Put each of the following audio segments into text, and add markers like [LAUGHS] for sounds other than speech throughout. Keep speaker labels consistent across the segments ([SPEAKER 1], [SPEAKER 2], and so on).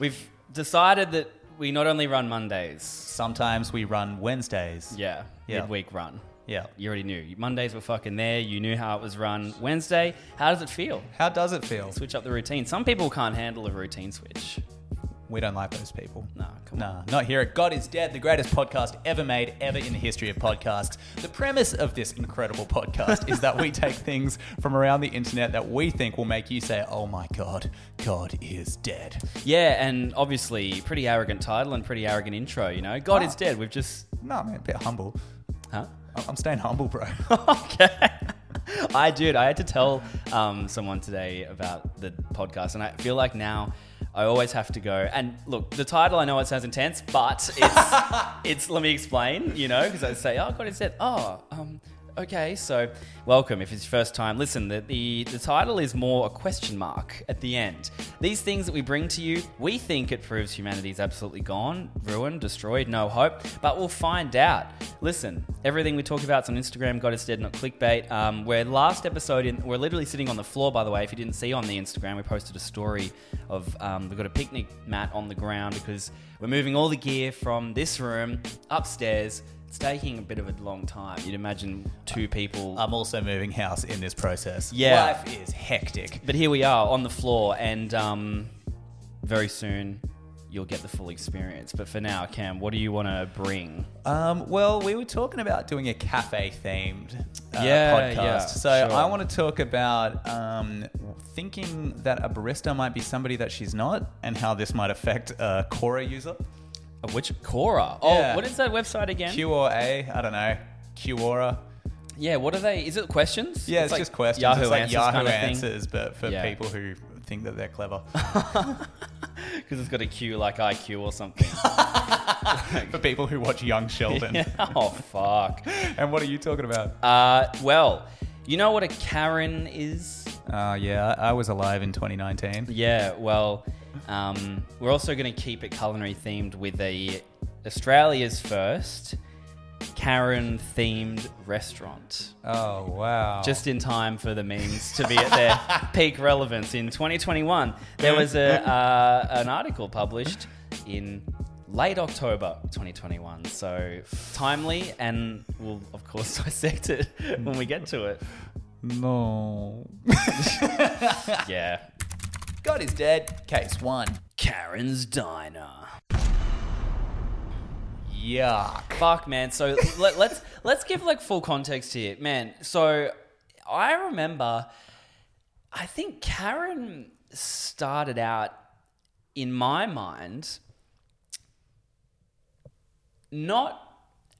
[SPEAKER 1] We've decided that we not only run Mondays.
[SPEAKER 2] Sometimes we run Wednesdays.
[SPEAKER 1] Yeah,
[SPEAKER 2] Yeah.
[SPEAKER 1] midweek run.
[SPEAKER 2] Yeah.
[SPEAKER 1] You already knew. Mondays were fucking there. You knew how it was run. Wednesday, how does it feel?
[SPEAKER 2] How does it feel?
[SPEAKER 1] Switch up the routine. Some people can't handle a routine switch.
[SPEAKER 2] We don't like those people.
[SPEAKER 1] Nah, come on.
[SPEAKER 2] Nah, not here at God is Dead, the greatest podcast ever made, ever in the history of podcasts. The premise of this incredible podcast is that [LAUGHS] we take things from around the internet that we think will make you say, oh my God, God is dead.
[SPEAKER 1] Yeah, and obviously, pretty arrogant title and pretty arrogant intro, you know? God
[SPEAKER 2] Ah.
[SPEAKER 1] is dead. We've just.
[SPEAKER 2] Nah, man, a bit humble.
[SPEAKER 1] Huh? [LAUGHS]
[SPEAKER 2] I- I'm staying humble, bro.
[SPEAKER 1] okay. I did. I had to tell um, someone today about the podcast, and I feel like now I always have to go. And look, the title I know it sounds intense, but
[SPEAKER 2] [LAUGHS]
[SPEAKER 1] it's it's. Let me explain. You know, because I say, "Oh God, it's that." Oh, um, okay. So, welcome. If it's your first time, listen. The, the the title is more a question mark at the end. These things that we bring to you, we think it proves humanity's absolutely gone, ruined, destroyed, no hope. But we'll find out. Listen, everything we talk about is on Instagram. God is dead, not clickbait. Um, we're last episode in. We're literally sitting on the floor. By the way, if you didn't see on the Instagram, we posted a story of um, we've got a picnic mat on the ground because we're moving all the gear from this room upstairs. It's taking a bit of a long time. You'd imagine two people.
[SPEAKER 2] [LAUGHS] I'm also moving house in this process.
[SPEAKER 1] Yeah.
[SPEAKER 2] Life is hectic.
[SPEAKER 1] But here we are on the floor, and um, very soon you'll get the full experience. But for now, Cam, what do you want to bring?
[SPEAKER 2] Um, well, we were talking about doing a cafe themed uh,
[SPEAKER 1] Yeah,
[SPEAKER 2] podcast.
[SPEAKER 1] yeah,
[SPEAKER 2] so
[SPEAKER 1] sure.
[SPEAKER 2] I want to talk about um, thinking that a barista might be somebody that she's not and how this might affect a Cora user.
[SPEAKER 1] Uh, Which Cora? Oh,
[SPEAKER 2] Yeah.
[SPEAKER 1] what is that website again?
[SPEAKER 2] Q or A, I don't know. Qora.
[SPEAKER 1] yeah, what are they? Is it questions?
[SPEAKER 2] Yeah, it's, just questions.
[SPEAKER 1] Yahoo
[SPEAKER 2] it's like
[SPEAKER 1] Answers
[SPEAKER 2] Yahoo
[SPEAKER 1] kind of
[SPEAKER 2] Answers, but for
[SPEAKER 1] Yeah.
[SPEAKER 2] people who think that they're [LAUGHS] clever.
[SPEAKER 1] thing. Because it's got a Q like IQ or
[SPEAKER 2] [LAUGHS]
[SPEAKER 1] something. [LAUGHS]
[SPEAKER 2] for people who watch Young Sheldon.
[SPEAKER 1] oh fuck.
[SPEAKER 2] [LAUGHS] And what are you talking about?
[SPEAKER 1] Uh, well, you know what a Karen is?
[SPEAKER 2] Uh, yeah, I was alive in 2019.
[SPEAKER 1] Yeah, well, um, we're also going to keep it culinary themed with a Australia's first Karen themed restaurant.
[SPEAKER 2] Oh, wow.
[SPEAKER 1] Just in time for the memes to be at [LAUGHS] their peak relevance in 2021. There was a, uh, an article published in late October 2021, so timely, and we'll, of course, [LAUGHS] dissect it when we get to it.
[SPEAKER 2] No. [LAUGHS]
[SPEAKER 1] Yeah.
[SPEAKER 2] God is dead. Case one.
[SPEAKER 1] Karen's Diner.
[SPEAKER 2] Yuck.
[SPEAKER 1] Fuck, man. So [LAUGHS] let, let's let's give like full context here, man. So I remember, I think Karen started out in my mind not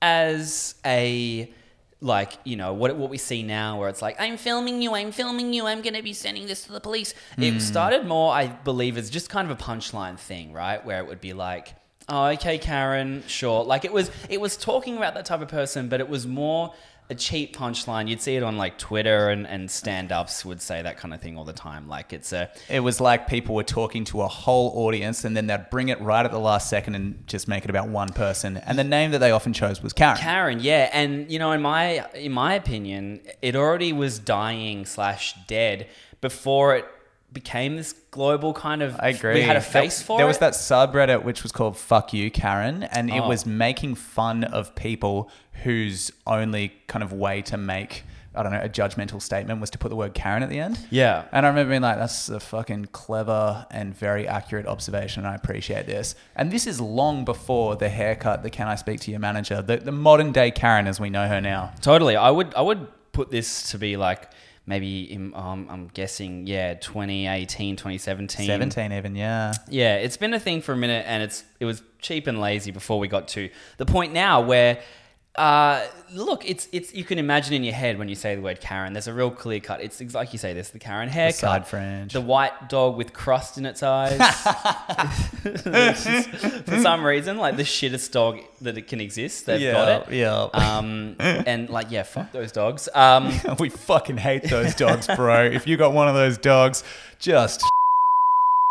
[SPEAKER 1] as a like you know what what we see now where it's like I'm filming you I'm filming you I'm going to be sending this to the police it started more I believe as just kind of a punchline thing right where it would be like oh okay Karen sure like it was it was talking about that type of person but it was more a cheap punchline you'd see it on like Twitter and and stand-ups would say that kind of thing all the time like it's a
[SPEAKER 2] It was like people were talking to a whole audience and then they'd bring it right at the last second and just make it about one person. And the name that they often chose was Karen.
[SPEAKER 1] Karen, yeah, and you know, in my in my opinion, it already was dying slash dead before it became this global kind of.
[SPEAKER 2] I agree.
[SPEAKER 1] We had a
[SPEAKER 2] There-
[SPEAKER 1] face for
[SPEAKER 2] There
[SPEAKER 1] it.
[SPEAKER 2] was that subreddit which was called Fuck You Karen and it
[SPEAKER 1] Oh.
[SPEAKER 2] was making fun of people whose only kind of way to make I don't know, a judgmental statement was to put the word Karen at the end.
[SPEAKER 1] Yeah.
[SPEAKER 2] And I remember being like, that's a fucking clever and very accurate observation. I appreciate this. And this is long before the haircut, the Can I Speak to Your Manager, the, the modern day Karen as we know her now.
[SPEAKER 1] Totally, I would I would put this to be like maybe in, um, I'm guessing yeah 2018 2017
[SPEAKER 2] 17, even, yeah.
[SPEAKER 1] Yeah, it's been a thing for a minute, and it's it was cheap and lazy before we got to the point now where. Uh, look, it's it's you can imagine in your head when you say the word Karen. There's a real clear cut. It's, it's like you say, there's the Karen haircut,
[SPEAKER 2] side fringe.
[SPEAKER 1] the white dog with crust in its
[SPEAKER 2] [LAUGHS]
[SPEAKER 1] eyes. [LAUGHS] It's just- for some reason, like the shittest dog that it can exist, they've
[SPEAKER 2] [LAUGHS]
[SPEAKER 1] got it.
[SPEAKER 2] Yeah.
[SPEAKER 1] Um, and like yeah, fuck those dogs. Um,
[SPEAKER 2] we fucking hate those dogs, bro. if you got one of those dogs,
[SPEAKER 1] [LAUGHS]
[SPEAKER 2] just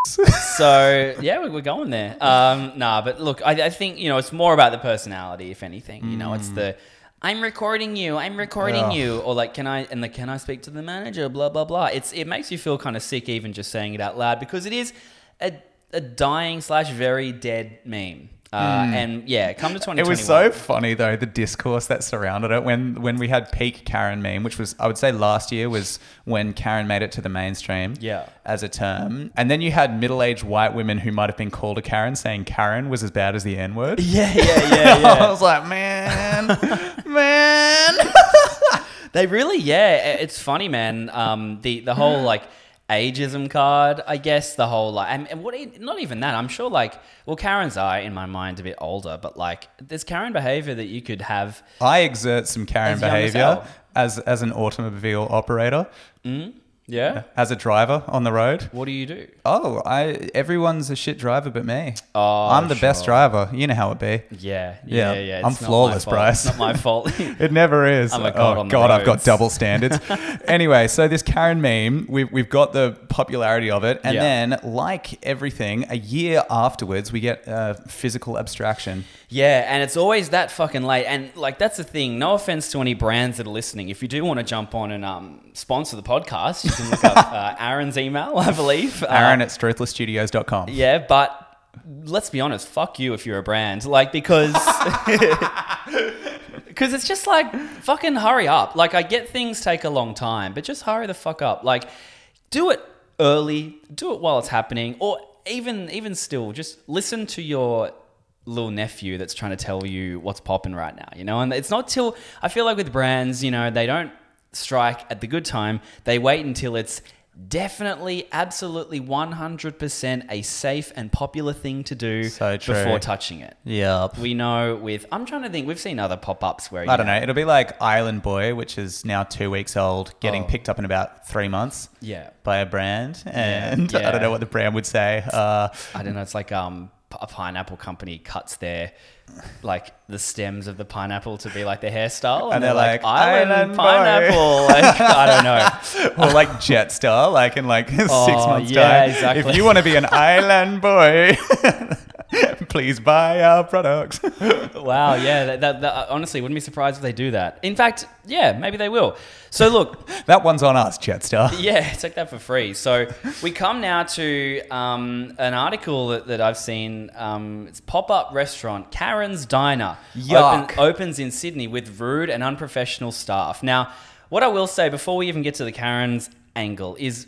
[SPEAKER 1] so yeah, we- we're going there. Um, nah, but look, I, I think you know it's more about the personality, if anything. You know, it's the I'm recording you, I'm recording
[SPEAKER 2] Mm. Ugh.
[SPEAKER 1] you, or like can I and the can I speak to the manager, blah blah blah. It's it makes you feel kind of sick even just saying it out loud because it is a a dying slash very dead meme. Uh, And yeah, come to 2021.
[SPEAKER 2] Mm. It was so funny though the discourse that surrounded it when when we had peak Karen meme, which was I would say last year was when Karen made it to the mainstream,
[SPEAKER 1] Yeah.
[SPEAKER 2] as a term. And then you had middle aged white women who might have been called a Karen saying Karen was as bad as the N
[SPEAKER 1] [LAUGHS]
[SPEAKER 2] word.
[SPEAKER 1] Yeah, yeah, yeah,
[SPEAKER 2] [LAUGHS] I
[SPEAKER 1] yeah.
[SPEAKER 2] was
[SPEAKER 1] [LAUGHS]
[SPEAKER 2] like, man, man.
[SPEAKER 1] They really, yeah. i- It's funny, man. Um, the the whole like ageism card, I guess. The whole like, and, and what? e- Not even that. I'm sure. Like, well, Karens are in my mind a bit older, but like, there's Karen behavior that you could have.
[SPEAKER 2] I exert some Karen
[SPEAKER 1] As young as
[SPEAKER 2] behavior
[SPEAKER 1] hell.
[SPEAKER 2] as as an automobile operator,
[SPEAKER 1] Yeah.
[SPEAKER 2] as a driver on the road.
[SPEAKER 1] What do you do?
[SPEAKER 2] Oh, I everyone's a shit driver but me.
[SPEAKER 1] Oh,
[SPEAKER 2] I'm the best
[SPEAKER 1] sure.
[SPEAKER 2] driver. You know how it be.
[SPEAKER 1] Yeah,
[SPEAKER 2] Yeah,
[SPEAKER 1] yeah, yeah.
[SPEAKER 2] I'm
[SPEAKER 1] not my
[SPEAKER 2] flawless,
[SPEAKER 1] fault.
[SPEAKER 2] Bryce.
[SPEAKER 1] It's not
[SPEAKER 2] [LAUGHS]
[SPEAKER 1] my fault. [LAUGHS]
[SPEAKER 2] It never is.
[SPEAKER 1] I'm a god
[SPEAKER 2] oh
[SPEAKER 1] on the
[SPEAKER 2] god, I've got
[SPEAKER 1] roads.
[SPEAKER 2] double
[SPEAKER 1] [LAUGHS]
[SPEAKER 2] standards. anyway, so this Karen meme, we've we've got the popularity of it, and
[SPEAKER 1] Yeah.
[SPEAKER 2] then like everything, a year afterwards, we get uh, physical abstraction.
[SPEAKER 1] Yeah, and it's always that fucking late. And like that's the thing. No offense to any brands that are listening. If you do want to jump on and um, sponsor the podcast, you can look up
[SPEAKER 2] [LAUGHS]
[SPEAKER 1] uh, Aaron's email, I believe. Uh,
[SPEAKER 2] Aaron at struthlessstudios.com.
[SPEAKER 1] Yeah, but let's be honest. Fuck you if you're a brand, like because because it's just like fucking hurry up. Like I get things take a long time, but just hurry the fuck up. Like do it early, do it while it's happening, or even even still, just listen to your little nephew that's trying to tell you what's popping right now. You know, and it's not till I feel like with brands, you know, they don't strike at the good time. They wait until it's definitely absolutely 100% a safe and popular thing to do
[SPEAKER 2] So true.
[SPEAKER 1] before touching it.
[SPEAKER 2] Yeah.
[SPEAKER 1] We know with I'm trying to think. We've seen other pop ups where you
[SPEAKER 2] I don't know. It'll be like Island Boy, which is now two weeks old, getting
[SPEAKER 1] Oh.
[SPEAKER 2] picked up in about three months
[SPEAKER 1] Yeah,
[SPEAKER 2] by a brand, and [LAUGHS] I
[SPEAKER 1] yeah.
[SPEAKER 2] don't know what the brand would say. Uh,
[SPEAKER 1] I don't know. It's like um, p- a pineapple company cuts their like the stems of the pineapple to be like their hairstyle, and, they're, like, island,
[SPEAKER 2] "Island boy." [LAUGHS]
[SPEAKER 1] pineapple. like, I don't know.
[SPEAKER 2] or like Jetstar, like in like [LAUGHS] six
[SPEAKER 1] Oh,
[SPEAKER 2] months
[SPEAKER 1] yeah,
[SPEAKER 2] time.
[SPEAKER 1] exactly.
[SPEAKER 2] If you want to be an island boy, [LAUGHS] please buy our products.
[SPEAKER 1] Wow, yeah. That, that, that, honestly, wouldn't be surprised if they do that. In fact, yeah, maybe they will. So look,
[SPEAKER 2] that one's on us, [LAUGHS] Jetstar.
[SPEAKER 1] [LAUGHS] Yeah, take that for free. So we come now to um, an article that, that I've seen. Um, it's pop up restaurant Karen's Diner
[SPEAKER 2] Yuck.
[SPEAKER 1] opens in Sydney with rude and unprofessional staff. Now, what I will say before we even get to the Karen's angle is,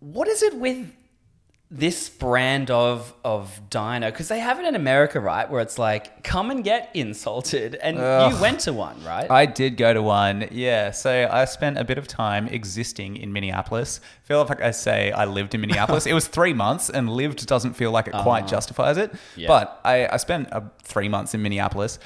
[SPEAKER 1] what is it with this brand of of diner? Because they have it in America, right? Where it's like, come and get insulted, and you
[SPEAKER 2] Ugh.
[SPEAKER 1] went to one, right?
[SPEAKER 2] I did go to one, yeah. So I spent a bit of time existing in Minneapolis. Feel like I say I lived in Minneapolis. it was three months, and lived doesn't feel like it quite justifies it.
[SPEAKER 1] Yeah.
[SPEAKER 2] But I, I spent uh, three months in Minneapolis,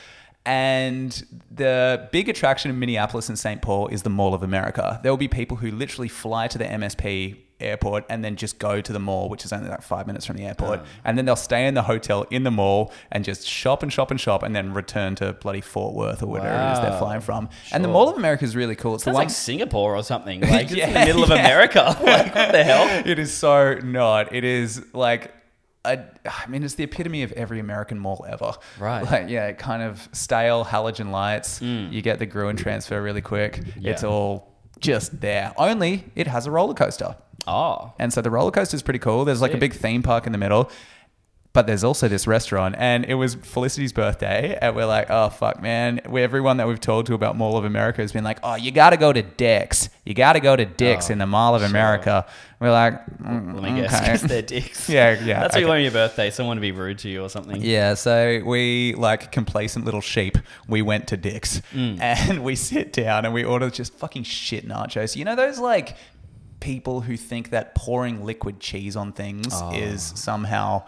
[SPEAKER 2] and the big attraction in Minneapolis and St. Paul is the Mall of America. There will be people who literally fly to the MSP airport and then just go to the mall, which is only like five minutes from the airport, and then they'll stay in the hotel in the mall and just shop and shop and shop, and then return to bloody Fort Worth or whatever it is they're
[SPEAKER 1] Wow.
[SPEAKER 2] flying from. And the
[SPEAKER 1] Sure.
[SPEAKER 2] Mall of America is really cool. It's the
[SPEAKER 1] Sounds
[SPEAKER 2] one.
[SPEAKER 1] like Singapore or
[SPEAKER 2] [LAUGHS]
[SPEAKER 1] something. Like it's in the
[SPEAKER 2] Yeah,
[SPEAKER 1] middle of
[SPEAKER 2] yeah.
[SPEAKER 1] America. [LAUGHS] like what
[SPEAKER 2] [LAUGHS]
[SPEAKER 1] the hell?
[SPEAKER 2] it is so not. It is like. A, I mean, it's the epitome of every American mall ever.
[SPEAKER 1] Right.
[SPEAKER 2] Like, yeah, kind of stale halogen lights. You get the Gruen transfer really quick.
[SPEAKER 1] Yeah.
[SPEAKER 2] It's all just there. Only it has a roller coaster.
[SPEAKER 1] Oh.
[SPEAKER 2] And so the roller coaster is pretty cool. There's like a
[SPEAKER 1] Sick.
[SPEAKER 2] big theme park in the middle, but there's also this restaurant. And it was Felicity's birthday, and we're like, oh fuck, man. We, everyone that we've told to about Mall of America has been like, oh, you got to go to Dick's. You got to go to Dick's
[SPEAKER 1] Oh,
[SPEAKER 2] in the Mall of
[SPEAKER 1] sure.
[SPEAKER 2] America. We're like, mm,
[SPEAKER 1] Let me guess,
[SPEAKER 2] okay.
[SPEAKER 1] [LAUGHS] because they're dicks.
[SPEAKER 2] [LAUGHS] Yeah, yeah,
[SPEAKER 1] That's what you
[SPEAKER 2] okay.
[SPEAKER 1] want on your birthday, someone to be rude to you or something.
[SPEAKER 2] Yeah, so we like complacent little sheep. We went to Dick's [LAUGHS] and we sit down and we order just fucking shit nachos. You know those like people who think that pouring liquid cheese on things is somehow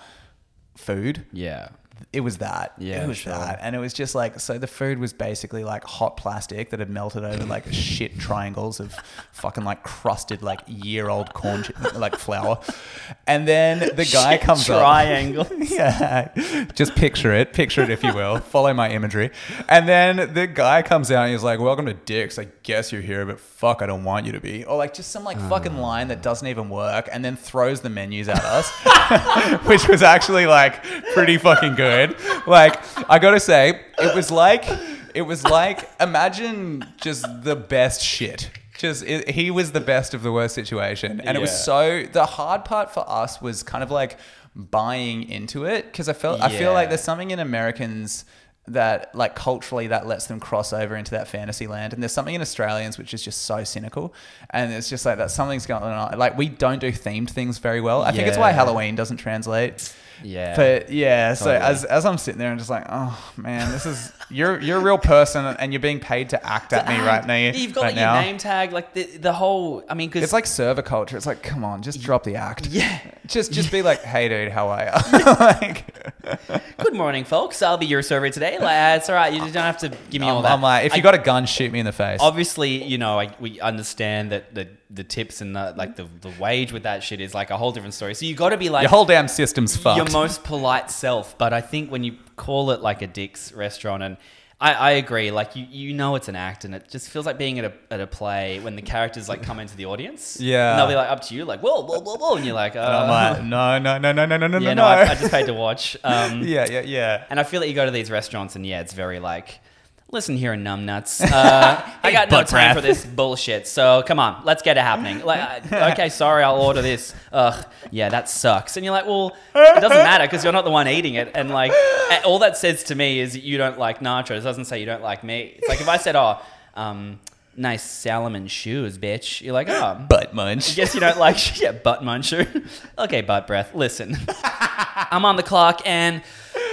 [SPEAKER 2] food.
[SPEAKER 1] Yeah.
[SPEAKER 2] It was that.
[SPEAKER 1] Yeah,
[SPEAKER 2] it was
[SPEAKER 1] sure.
[SPEAKER 2] that, and it was just like so. The food was basically like hot plastic that had melted over like shit triangles of fucking like crusted like year old corn like flour, and then the guy
[SPEAKER 1] Shit
[SPEAKER 2] comes up
[SPEAKER 1] Triangle.
[SPEAKER 2] [LAUGHS] yeah. Just picture it. Picture it, if you will. Follow my imagery. And then the guy comes out and he's like, Welcome to Dick's. I guess you're here, but fuck, I don't want you to be. Or like just some
[SPEAKER 1] Ah.
[SPEAKER 2] like fucking line that doesn't even work and then throws the menus at us, [LAUGHS] which was actually like pretty fucking good. Like, I gotta say, it was like, it was like, imagine just the best shit. Just, it, he was the best of the worst situation. And it was
[SPEAKER 1] Yeah.
[SPEAKER 2] so so the hard part for us was kind of like buying into it because I felt I feel like
[SPEAKER 1] Yeah.
[SPEAKER 2] there's something in Americans that like culturally that lets them cross over into that fantasy land and there's something in Australians which is just so cynical and it's just like that something's going on like we don't do themed things very well I think it's why
[SPEAKER 1] Yeah.
[SPEAKER 2] Halloween doesn't translate
[SPEAKER 1] Yeah.
[SPEAKER 2] but yeah, so
[SPEAKER 1] Totally.
[SPEAKER 2] as as I'm sitting there, I'm just like, oh man, this is you're you're a real person, and you're being paid to act at me right now.
[SPEAKER 1] You've got
[SPEAKER 2] right
[SPEAKER 1] like,
[SPEAKER 2] now.
[SPEAKER 1] your name tag, like the, the whole. I mean, because
[SPEAKER 2] It's like server culture. It's like, come on, just drop the act.
[SPEAKER 1] [LAUGHS] Yeah.
[SPEAKER 2] [LAUGHS] Just just be like, hey dude, how are
[SPEAKER 1] [LAUGHS]
[SPEAKER 2] you? [LAUGHS] like,
[SPEAKER 1] Good morning, folks. I'll be your server today. Like, uh, it's all right. You don't have to give me all
[SPEAKER 2] I'm,
[SPEAKER 1] that.
[SPEAKER 2] I'm like, if you
[SPEAKER 1] I-
[SPEAKER 2] got a gun, shoot me in the face.
[SPEAKER 1] obviously, you know, I, we understand that the the tips and the like the, the wage with that shit is like a whole different story. So you got to be like
[SPEAKER 2] your whole damn system's fucked.
[SPEAKER 1] your most polite self. But I think when you call it like a Dick's restaurant, and I, I agree, like you, you know it's an act, and it just feels like being at a, at a play when the characters like come into the audience.
[SPEAKER 2] Yeah.
[SPEAKER 1] and they'll be like up to you, like whoa, whoa, whoa, whoa, and you're like,
[SPEAKER 2] And I'm
[SPEAKER 1] uh,
[SPEAKER 2] like, no, no, no, no, no,
[SPEAKER 1] [LAUGHS]
[SPEAKER 2] no, no,
[SPEAKER 1] yeah,
[SPEAKER 2] no.
[SPEAKER 1] no, I, I just paid to watch. Um,
[SPEAKER 2] [LAUGHS] yeah, yeah, yeah.
[SPEAKER 1] [LAUGHS] and I feel that you go to these restaurants, and yeah, it's very like, listen here, numbnuts. Uh, I got no
[SPEAKER 2] butt
[SPEAKER 1] time
[SPEAKER 2] breath.
[SPEAKER 1] for this bullshit. So come on, let's get it happening. Like, uh, okay, sorry, I'll order this. Ugh, yeah, that sucks. And you're like, well, it doesn't matter because you're not the one eating it. And like, a- all that says to me is that you don't like nachos. It doesn't say you don't like me. It's like if I said, oh, um, nice Salomon shoes, bitch. You're like, oh.
[SPEAKER 2] Butt [LAUGHS] munch.
[SPEAKER 1] Guess you don't like [LAUGHS] yeah, butt muncher. okay, butt breath. Listen, I'm on the clock and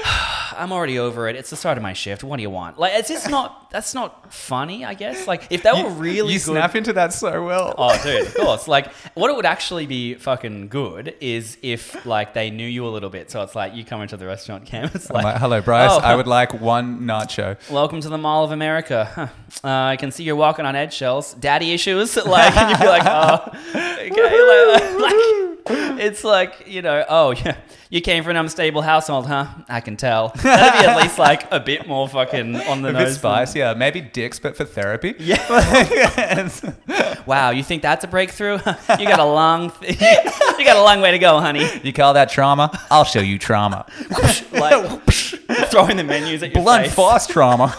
[SPEAKER 1] [SIGHS] I'm already over it. It's the start of my shift. What do you want? Like, it's just not. That's not funny. I guess. Like, if that were really
[SPEAKER 2] you
[SPEAKER 1] good.
[SPEAKER 2] snap into that so well.
[SPEAKER 1] Oh, dude, of course. Like, what it would actually be fucking good is if, like, they knew you a little bit. So it's like you come into the restaurant, Cam. It's
[SPEAKER 2] I'm
[SPEAKER 1] like,
[SPEAKER 2] like, hello, Bryce.
[SPEAKER 1] oh,
[SPEAKER 2] I would like one nacho.
[SPEAKER 1] Welcome to the Mall of America. Huh. Uh, I can see you're walking on eggshells. Daddy issues? [LAUGHS] Like, and you'd be like,
[SPEAKER 2] [LAUGHS]
[SPEAKER 1] oh, okay. like- like- it's like, you know, oh, [LAUGHS] yeah, you came from an unstable household, huh? I can tell. That'd be at
[SPEAKER 2] [LAUGHS]
[SPEAKER 1] least like a bit more fucking on the
[SPEAKER 2] A bit
[SPEAKER 1] nose.
[SPEAKER 2] spice, yeah. Maybe dicks, but for therapy.
[SPEAKER 1] Yeah. wow, you think that's a breakthrough? [LAUGHS] you got a long, th- [LAUGHS] you got a long way to go, honey.
[SPEAKER 2] [LAUGHS] You call that trauma? I'll show you trauma. [LAUGHS]
[SPEAKER 1] Like throwing the menus at [LAUGHS] your
[SPEAKER 2] Blunt
[SPEAKER 1] face. [LAUGHS]
[SPEAKER 2] force trauma.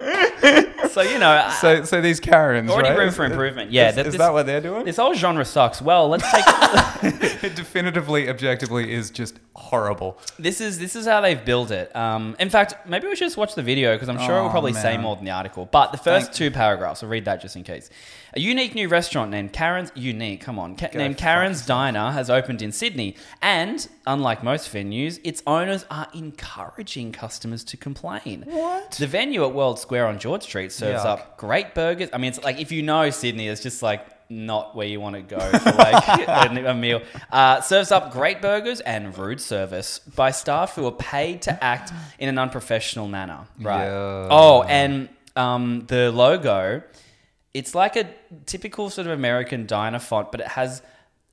[SPEAKER 1] So you know, I-
[SPEAKER 2] so, so these Karens,
[SPEAKER 1] already
[SPEAKER 2] right?
[SPEAKER 1] room
[SPEAKER 2] Is-
[SPEAKER 1] for improvement. Yeah,
[SPEAKER 2] Is,
[SPEAKER 1] that-
[SPEAKER 2] is
[SPEAKER 1] this-
[SPEAKER 2] that what they're doing?
[SPEAKER 1] This whole genre sucks. Well, let's
[SPEAKER 2] [LAUGHS]
[SPEAKER 1] take
[SPEAKER 2] It [LAUGHS] definitively, objectively, is just horrible.
[SPEAKER 1] This is this is how they've built it. Um, in fact, maybe we should just watch the video because I'm sure it will
[SPEAKER 2] Oh,
[SPEAKER 1] probably say
[SPEAKER 2] man.
[SPEAKER 1] more than the article. But the first
[SPEAKER 2] Thank-
[SPEAKER 1] two paragraphs, I'll read that just in case. A unique new restaurant named Karen's Unique, come on, ca- named
[SPEAKER 2] fuck
[SPEAKER 1] Karen's Diner has opened in Sydney, and unlike most venues, its owners are encouraging customers to complain.
[SPEAKER 2] What?
[SPEAKER 1] The venue at World Square on George Street serves
[SPEAKER 2] Yuck.
[SPEAKER 1] up great burgers. I mean, it's like if you know Sydney, it's just like not where you want to go for like [LAUGHS] a a meal. Uh, serves up great burgers and rude service by staff who are paid to act in an unprofessional manner. Right.
[SPEAKER 2] Yeah.
[SPEAKER 1] Oh, and um, the logo, it's like a typical sort of American diner font, but it has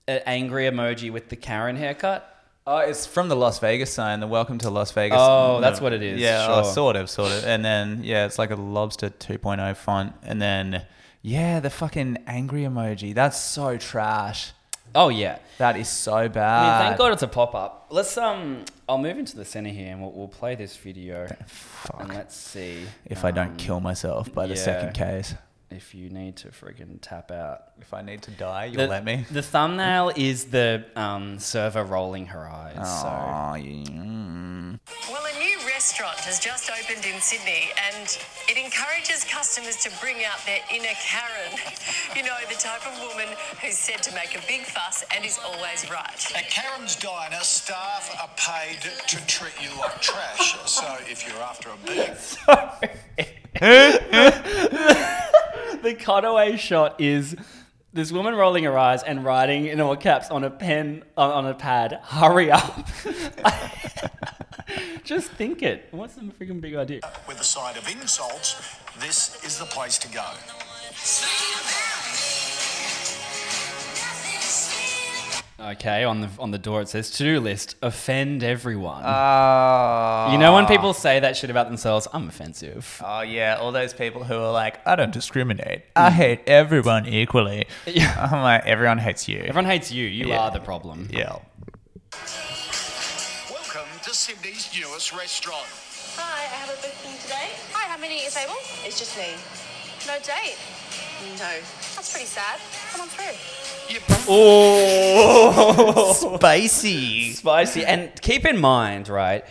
[SPEAKER 1] an angry emoji with the Karen haircut.
[SPEAKER 2] Oh, it's from the Las Vegas sign, the Welcome to Las Vegas. Mm.
[SPEAKER 1] Oh, that's what it is,
[SPEAKER 2] Yeah, oh,
[SPEAKER 1] sure.
[SPEAKER 2] sort of, sort of. And then, yeah, it's like a lobster 2.0 font. And then, yeah, the fucking angry emoji. That's so trash.
[SPEAKER 1] Oh yeah.
[SPEAKER 2] That is so
[SPEAKER 1] I
[SPEAKER 2] bad.
[SPEAKER 1] mean, thank God it's a pop up. Let's um, I'll move into the center here and we'll, we'll play this video. And
[SPEAKER 2] Fuck.
[SPEAKER 1] let's see
[SPEAKER 2] If I don't kill myself by the
[SPEAKER 1] yeah.
[SPEAKER 2] second case.
[SPEAKER 1] if you need to friggin' tap out.
[SPEAKER 2] If I need to die, you'll
[SPEAKER 1] the,
[SPEAKER 2] let me.
[SPEAKER 1] The thumbnail is the um, server rolling her eyes. So.
[SPEAKER 2] Aw, yeah.
[SPEAKER 3] Well, a new restaurant has just opened in Sydney and it encourages customers to bring out their inner Karen. You know, the type of woman who's said to make a big fuss and is always right.
[SPEAKER 4] At Karen's Diner, staff are paid to treat you like trash. So if you're after a beef,
[SPEAKER 1] [LAUGHS]
[SPEAKER 2] [LAUGHS]
[SPEAKER 1] The cutaway shot is this woman rolling her eyes and writing in all caps on a pen on, on a pad. Hurry up! [LAUGHS] Just think it. What's the friggin' big idea?
[SPEAKER 4] with a side of insults, this is the place to go.
[SPEAKER 1] Okay, on the on the door it says to do list: offend everyone.
[SPEAKER 2] Ah.
[SPEAKER 1] you know when people say that shit about themselves, I'm offensive. [LAUGHS]
[SPEAKER 2] Oh yeah, all those people who are like, I don't discriminate. I hate everyone equally.
[SPEAKER 1] Mm. Yeah.
[SPEAKER 2] [LAUGHS] I'm like, everyone hates you.
[SPEAKER 1] Everyone hates you. You
[SPEAKER 2] Yeah.
[SPEAKER 1] are the problem.
[SPEAKER 2] yeah.
[SPEAKER 4] Welcome to Sydney's newest restaurant.
[SPEAKER 5] Hi, I have a booking today. Hi, how many at your table? It's just me. No date? No. That's pretty sad. Come on through.
[SPEAKER 4] You
[SPEAKER 1] Oh,
[SPEAKER 2] [LAUGHS] Spicy.
[SPEAKER 1] spicy. And keep in mind, right?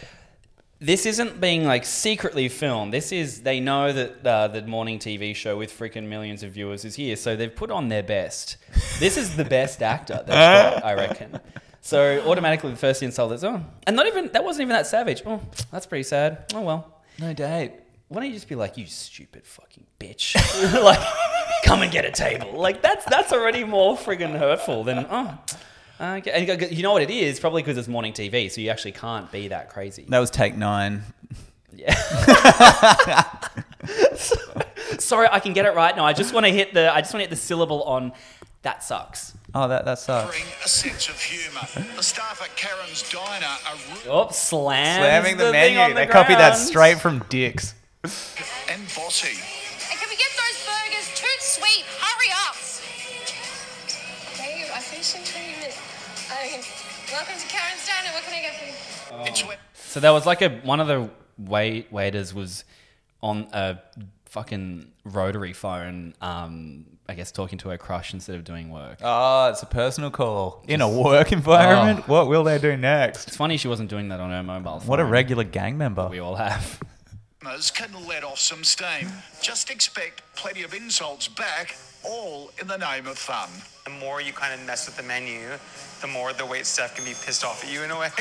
[SPEAKER 1] This isn't being like secretly filmed. This is they know that uh, the morning TV show with freaking millions of viewers is here, so they've put on their best. This is the best actor they've
[SPEAKER 2] [LAUGHS]
[SPEAKER 1] got, I reckon. So automatically, the first insult is oh, and not even that wasn't even that savage. Oh, that's pretty sad. Oh well.
[SPEAKER 2] No date.
[SPEAKER 1] Why don't you just be like, you stupid fucking bitch? [LAUGHS] like, come and get a table. Like, that's that's already more friggin' hurtful than, oh. Okay. And you go- you know what it is? Probably because it's morning TV, so you actually can't be that crazy.
[SPEAKER 2] That was take nine.
[SPEAKER 1] Sorry, I can get it right now. I just want to hit the I just want to hit the syllable on that sucks.
[SPEAKER 2] Oh, that that sucks.
[SPEAKER 4] bring a sense of humour. The staff at Karen's Diner are rude
[SPEAKER 1] Oh, slam.
[SPEAKER 2] Slamming the,
[SPEAKER 1] thing on
[SPEAKER 2] menu.
[SPEAKER 1] the
[SPEAKER 2] They copied that
[SPEAKER 1] ground.
[SPEAKER 2] straight from Dick's.
[SPEAKER 4] and bossy.
[SPEAKER 5] And can we get those burgers too sweet? Hurry up.
[SPEAKER 6] Babe, I finished in 20 minutes. Okay. Welcome to Karen's Diner. What can I get for you?
[SPEAKER 4] It's when
[SPEAKER 1] So there was like a one of the wait waiters was on a fucking rotary phone, um, I guess talking to her crush instead of doing work.
[SPEAKER 2] Oh, it's a personal call. In a work environment?
[SPEAKER 1] Oh.
[SPEAKER 2] What will they do next?
[SPEAKER 1] It's funny she wasn't doing that on her mobile phone.
[SPEAKER 2] What a regular gang member.
[SPEAKER 1] we all
[SPEAKER 2] [LAUGHS]
[SPEAKER 1] have.
[SPEAKER 4] customers can let off some steam. Just expect plenty of insults back, all in the name of fun.
[SPEAKER 7] the more you kind of mess with the menu, the more the wait staff can be pissed off at you in a way. [LAUGHS]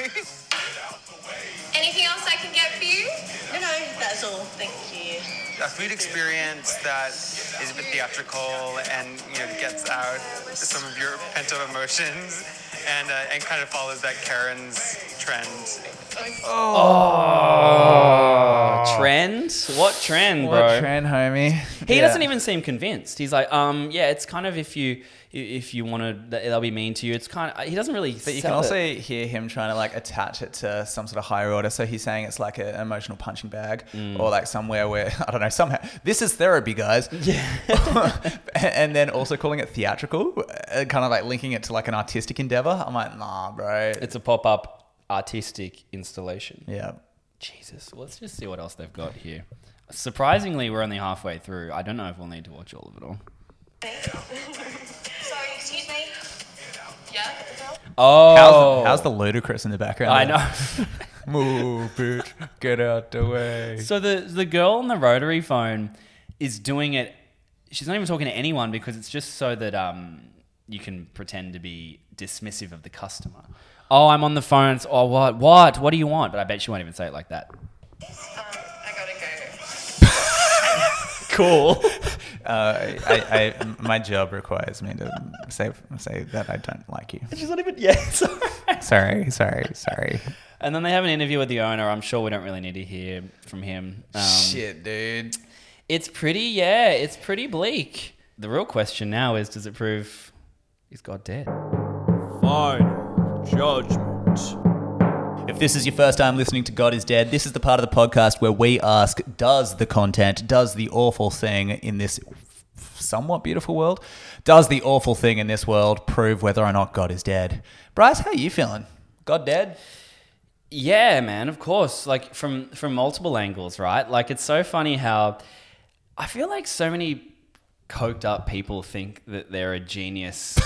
[SPEAKER 6] Anything else I can get for you?
[SPEAKER 5] No, no, that's all. Thank you.
[SPEAKER 7] a food experience that is a bit theatrical and you know gets out some of your pent-up emotions and uh, and kind of follows that Karen's trend.
[SPEAKER 1] Oh. Trend? What trend,
[SPEAKER 2] Oh. What
[SPEAKER 1] bro?
[SPEAKER 2] a trend, homie.
[SPEAKER 1] He
[SPEAKER 2] Yeah.
[SPEAKER 1] doesn't even seem convinced. He's like, um, yeah, it's kind of if you if you want to, they'll be mean to you. It's kind of he doesn't really.
[SPEAKER 2] But you can also hear him trying to like attach it to some sort of higher order. So he's saying it's like an emotional punching bag
[SPEAKER 1] Mm.
[SPEAKER 2] or like somewhere where, [LAUGHS] I don't know, somehow. This is therapy,
[SPEAKER 1] [LAUGHS]
[SPEAKER 2] guys. [LAUGHS] Yeah. and then also calling it theatrical, uh, kind of like linking it to like an artistic endeavor. I'm like, nah, bro.
[SPEAKER 1] it's a pop up artistic installation.
[SPEAKER 2] yeah.
[SPEAKER 1] Jesus, let's just see what else they've got here. Surprisingly, we're only halfway through. I don't know if we'll need to watch all of it all.
[SPEAKER 5] Sorry, excuse me.
[SPEAKER 6] Yeah.
[SPEAKER 2] How's,
[SPEAKER 1] Oh,
[SPEAKER 2] how's the ludicrous in the background?
[SPEAKER 1] I
[SPEAKER 2] there?
[SPEAKER 1] know.
[SPEAKER 2] [LAUGHS] Move, bitch. Get out the way.
[SPEAKER 1] [LAUGHS] So the the girl on the rotary phone is doing it. She's not even talking to anyone because it's just so that um you can pretend to be dismissive of the customer. Oh, I'm on the phone. It's, oh, what? What? What do you want? But I bet she won't even say it like that.
[SPEAKER 5] Um, I gotta go.
[SPEAKER 1] Cool. [LAUGHS]
[SPEAKER 2] Uh, I, I, my job requires me to say, say that I don't like you.
[SPEAKER 1] She's not even. Yeah. [LAUGHS] Sorry.
[SPEAKER 2] Sorry, sorry, sorry.
[SPEAKER 1] And then they have an interview with the owner. I'm sure we don't really need to hear from him. Um,
[SPEAKER 2] Shit, dude.
[SPEAKER 1] It's pretty. Yeah. It's pretty bleak. The real question now is, does it prove is God dead?
[SPEAKER 8] Final judgment.
[SPEAKER 2] If this is your first time listening to God is Dead, this is the part of the podcast where we ask Does the content, does the awful thing in this somewhat beautiful world, does the awful thing in this world prove whether or not God is dead? Bryce, how are you feeling? God dead?
[SPEAKER 1] Yeah, man, of course. Like from from multiple angles, right? Like it's so funny how I feel like so many coked up people think that they're a genius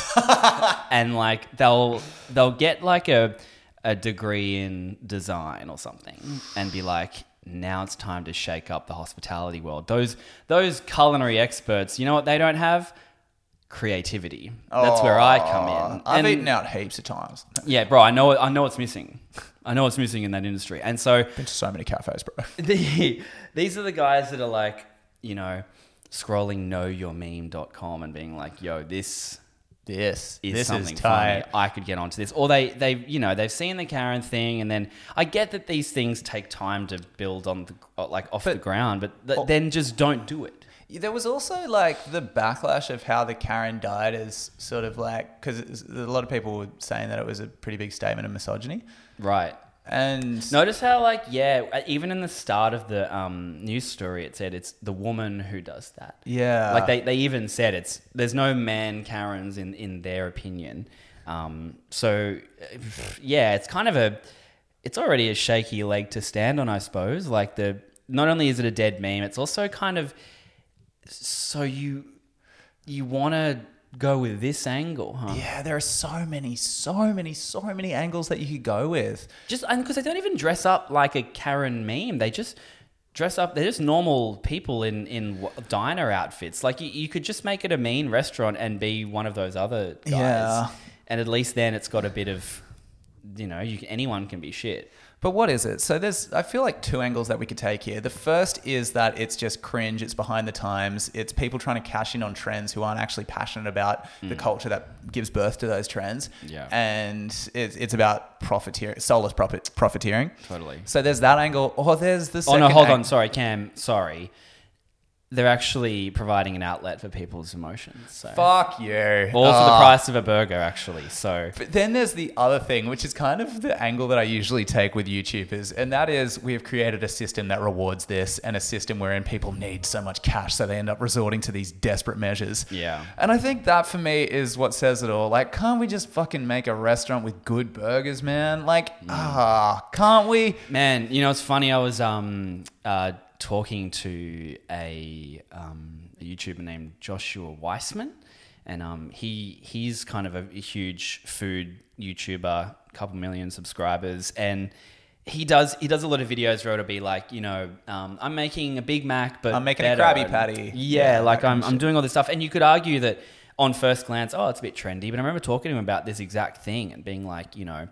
[SPEAKER 1] and like they'll they'll get like a a degree in design or something and be like now it's time to shake up the hospitality world. Those those culinary experts, you know what they don't have? Creativity. That's where I come in.
[SPEAKER 2] I've
[SPEAKER 1] And-
[SPEAKER 2] eaten out heaps of times.
[SPEAKER 1] yeah, bro, I know I know what's missing. I know what's missing in that industry. And so
[SPEAKER 2] Been to so many cafes, bro.
[SPEAKER 1] the, these are the guys that are like, you know, scrolling knowyourmeme.com and being like, yo, this
[SPEAKER 2] [LAUGHS] This
[SPEAKER 1] is
[SPEAKER 2] this
[SPEAKER 1] something
[SPEAKER 2] is tight.
[SPEAKER 1] funny. I could get onto this. Or they they you know, they've seen the Karen thing and then I get that these things take time to build on the like off the ground, but th- then just don't do it.
[SPEAKER 2] There was also like the backlash of how the Karen died is sort of like because a lot of people were saying that it was a pretty big statement of misogyny,
[SPEAKER 1] Right.
[SPEAKER 2] and
[SPEAKER 1] Notice how like yeah, uh, even in the start of the um, news story, it said it's the woman who does that.
[SPEAKER 2] Yeah.
[SPEAKER 1] like they, they even said it's there's no man Karens in in their opinion. Um, so uh, yeah, it's kind of a it's already a shaky leg to stand on, I suppose. Like the not only is it a dead meme, it's also kind of so you you want to go with this angle, huh?
[SPEAKER 2] Yeah, there are so many, so many, so many angles that you could go with.
[SPEAKER 1] Just and because they don't even dress up like a Karen meme, they just dress up. They're just normal people in in w- diner outfits. Like you, you could just make it a mean restaurant and be one of those other guys.
[SPEAKER 2] Yeah.
[SPEAKER 1] And at least then it's got a bit of, you know, you can, anyone can be shit.
[SPEAKER 2] But what is it? So there's, I feel like two angles that we could take here. The first is that it's just cringe, it's behind the times, it's people trying to cash in on trends who aren't actually passionate about the culture that gives birth to those trends.
[SPEAKER 1] Hmm. Yeah.
[SPEAKER 2] And it's, it's about profiteering, soulless profit, profiteering.
[SPEAKER 1] Totally.
[SPEAKER 2] So there's that angle. Or there's the
[SPEAKER 1] Oh
[SPEAKER 2] second
[SPEAKER 1] no, hold
[SPEAKER 2] ang-
[SPEAKER 1] on. Sorry, Cam. Sorry. They're actually providing an outlet for people's emotions. So.
[SPEAKER 2] Fuck you.
[SPEAKER 1] All for the
[SPEAKER 2] Ah.
[SPEAKER 1] price of a burger, actually. So
[SPEAKER 2] But then there's the other thing, which is kind of the angle that I usually take with YouTubers, and that is we have created a system that rewards this and a system wherein people need so much cash, so they end up resorting to these desperate measures.
[SPEAKER 1] Yeah.
[SPEAKER 2] And I think that for me is what says it all. Like, can't we just fucking make a restaurant with good burgers, man? Like, ah, can't we?
[SPEAKER 1] Man, you know it's funny. I was um, uh, talking to a, um, a YouTuber named Joshua Weissman, and um, he he's kind of a, a huge food YouTuber, couple million subscribers, and he does he does a lot of videos where it'll be like, you know, um, I'm making a Big Mac, but
[SPEAKER 2] I'm making a
[SPEAKER 1] better.
[SPEAKER 2] Krabby Patty.
[SPEAKER 1] Yeah,
[SPEAKER 2] Yeah,
[SPEAKER 1] like I'm, I'm doing all this stuff, and you could argue that on first glance, oh, it's a bit trendy. But I remember talking to him about this exact thing and being like, you know,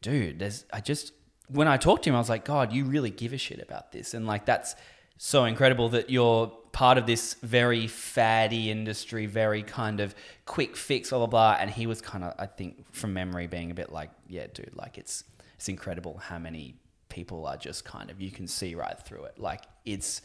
[SPEAKER 1] dude, there's I just when I talked to him, I was like, God, you really give a shit about this, and like that's so incredible that you're part of this very faddy industry, very kind of quick fix, blah blah blah. And he was kind of, I think, from memory, being a bit like, yeah, dude, like it's it's incredible how many people are just kind of you can see right through it, like it's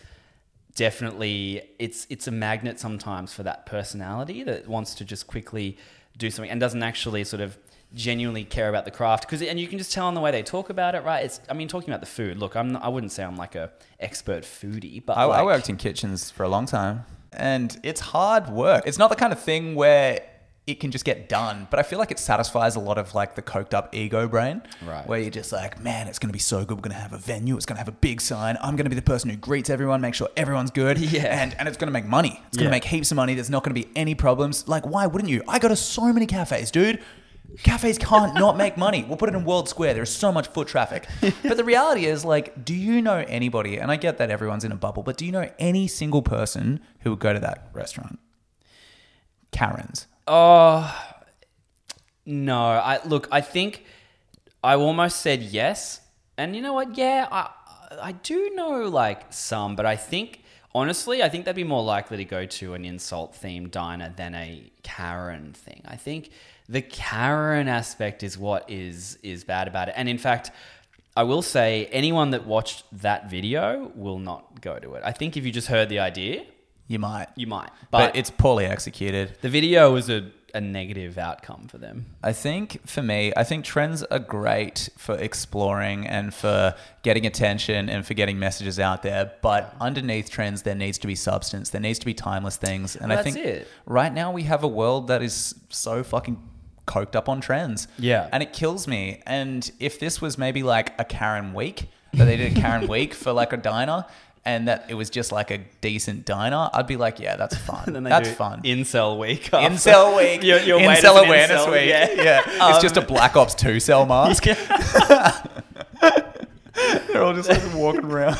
[SPEAKER 1] definitely it's it's a magnet sometimes for that personality that wants to just quickly do something and doesn't actually sort of genuinely care about the craft because and you can just tell on the way they talk about it right it's i mean talking about the food look i'm I wouldn't say i'm like a expert foodie but
[SPEAKER 2] I, I
[SPEAKER 1] like-
[SPEAKER 2] worked in kitchens for a long time, and it's hard work. It's not the kind of thing where it can just get done, but I feel like it satisfies a lot of like the coked up ego brain,
[SPEAKER 1] Right.
[SPEAKER 2] Where you're just like, man, it's gonna be so good. We're gonna have a venue. It's gonna have a big sign. I'm gonna be the person who greets everyone, make sure everyone's good,
[SPEAKER 1] [LAUGHS] Yeah.
[SPEAKER 2] and and it's gonna make money. It's gonna
[SPEAKER 1] Yeah.
[SPEAKER 2] make heaps of money. There's not gonna be any problems. Like, why wouldn't you? I go to so many cafes, dude. Cafes can't not make money. We'll put it in World Square. There's so much foot traffic. But the reality is, like, do you know anybody? And I get that everyone's in a bubble, but do you know any single person who would go to that restaurant? Karen's.
[SPEAKER 1] No, I look. I think I almost said yes, and you know what? Yeah, I I do know like some, but I think honestly, I think they'd be more likely to go to an insult themed diner than a Karen thing. I think the Karen aspect is what is is bad about it, and in fact. I will say anyone that watched that video will not go to it. I think if you just heard the idea,
[SPEAKER 2] You might.
[SPEAKER 1] you might.
[SPEAKER 2] but
[SPEAKER 1] But, it's
[SPEAKER 2] it's poorly executed.
[SPEAKER 1] the video was a, a negative outcome for them.
[SPEAKER 2] I think for me, I think trends are great for exploring and for getting attention and for getting messages out there. But underneath trends, there needs to be substance. There needs to be timeless things. And
[SPEAKER 1] Well,
[SPEAKER 2] I
[SPEAKER 1] that's
[SPEAKER 2] think
[SPEAKER 1] it.
[SPEAKER 2] right now we have a world that is so fucking coked up on trends.
[SPEAKER 1] Yeah.
[SPEAKER 2] And it kills me. And if this was maybe like a Karen week, that they did a [LAUGHS] Karen week for like a diner. And that it was just like a decent diner, I'd be like, yeah, that's
[SPEAKER 1] [LAUGHS]
[SPEAKER 2] fun.
[SPEAKER 1] And they
[SPEAKER 2] that's
[SPEAKER 1] do
[SPEAKER 2] fun.
[SPEAKER 1] Incel week. [LAUGHS]
[SPEAKER 2] Incel week.
[SPEAKER 1] Your- your weight is
[SPEAKER 2] incel
[SPEAKER 1] an
[SPEAKER 2] awareness
[SPEAKER 1] incel,
[SPEAKER 2] week.
[SPEAKER 1] yeah.
[SPEAKER 2] [LAUGHS]
[SPEAKER 1] Um,
[SPEAKER 2] Yeah. It's just a Black Ops
[SPEAKER 1] [LAUGHS]
[SPEAKER 2] 2 cell mask. They're all just like
[SPEAKER 1] [LAUGHS]
[SPEAKER 2] walking around.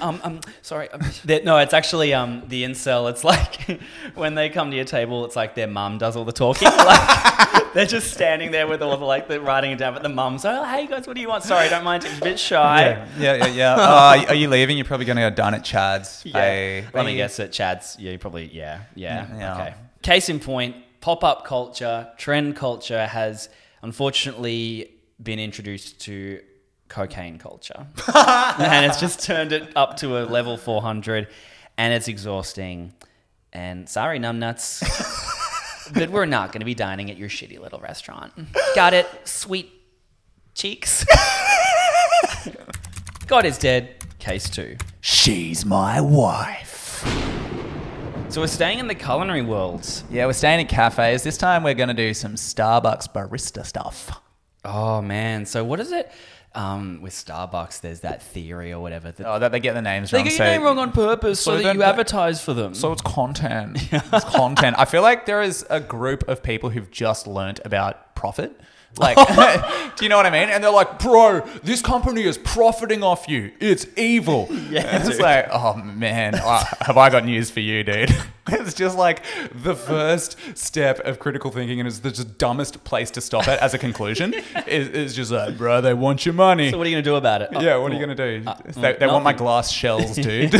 [SPEAKER 1] um, um, sorry. um, that- no, it's actually um, the incel. It's like [LAUGHS] when they come to your table, it's like their mum does all the talking. [LAUGHS] Like, they're just standing there with all the like the writing it down, but the mum's like, oh, "Hey guys, what do you want? Sorry, don't mind. I'm a bit shy."
[SPEAKER 2] Yeah, yeah, yeah. yeah. [LAUGHS] Uh, are you leaving? You're probably going to go dine at Chad's.
[SPEAKER 1] Yeah.
[SPEAKER 2] Bye.
[SPEAKER 1] Let me guess it, Chad's. Yeah, you probably. Yeah, yeah.
[SPEAKER 2] Yeah.
[SPEAKER 1] Okay. Case in point, pop up culture, trend culture has unfortunately been introduced to cocaine culture. and it's just turned it up to a level 400 and it's exhausting. And sorry, numbnuts. but we're not going to be dining at your shitty little restaurant. Got it, sweet cheeks. God is dead. Case two.
[SPEAKER 2] She's my wife.
[SPEAKER 1] So we're staying in the culinary world.
[SPEAKER 2] Yeah, we're staying at cafes. This time we're going to do some Starbucks barista stuff.
[SPEAKER 1] Oh man, so what is it? Um, with Starbucks, there's that theory or whatever. That
[SPEAKER 2] Oh, that they get the names
[SPEAKER 1] they
[SPEAKER 2] wrong.
[SPEAKER 1] get
[SPEAKER 2] so-
[SPEAKER 1] your name wrong on purpose
[SPEAKER 2] so
[SPEAKER 1] so,
[SPEAKER 2] they
[SPEAKER 1] that you
[SPEAKER 2] don't-
[SPEAKER 1] advertise for them.
[SPEAKER 2] So it's content. [LAUGHS] It's content. I feel like there is a group of people who've just learnt about profit.
[SPEAKER 1] [LAUGHS]
[SPEAKER 2] Like, [LAUGHS] do you know what I mean? And they're like, bro, this company is profiting off you. It's
[SPEAKER 1] [LAUGHS]
[SPEAKER 2] evil. Yeah. And it's like, oh man, I- have I got news for you, dude? [LAUGHS] It's just like the first step of critical thinking, and it's the just dumbest place to stop it as
[SPEAKER 1] [LAUGHS]
[SPEAKER 2] a conclusion. is, is just like, bro, they want your money.
[SPEAKER 1] So what are you gonna do about it?
[SPEAKER 2] yeah, what are you going to do? they they
[SPEAKER 1] mm, nothing.
[SPEAKER 2] want my
[SPEAKER 1] [LAUGHS]
[SPEAKER 2] glass shells, dude.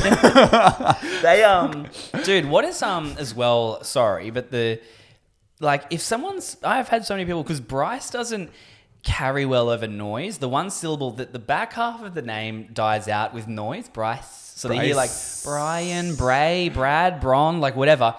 [SPEAKER 1] They um, dude, what is um as well? Sorry, but the like if someone's I've had so many people because Bryce doesn't carry well over noise. The one syllable that the back half of the name dies out with noise. Bryce, so they hear like
[SPEAKER 2] Bryce.
[SPEAKER 1] Brian, Bray, Brad, Bron, like whatever,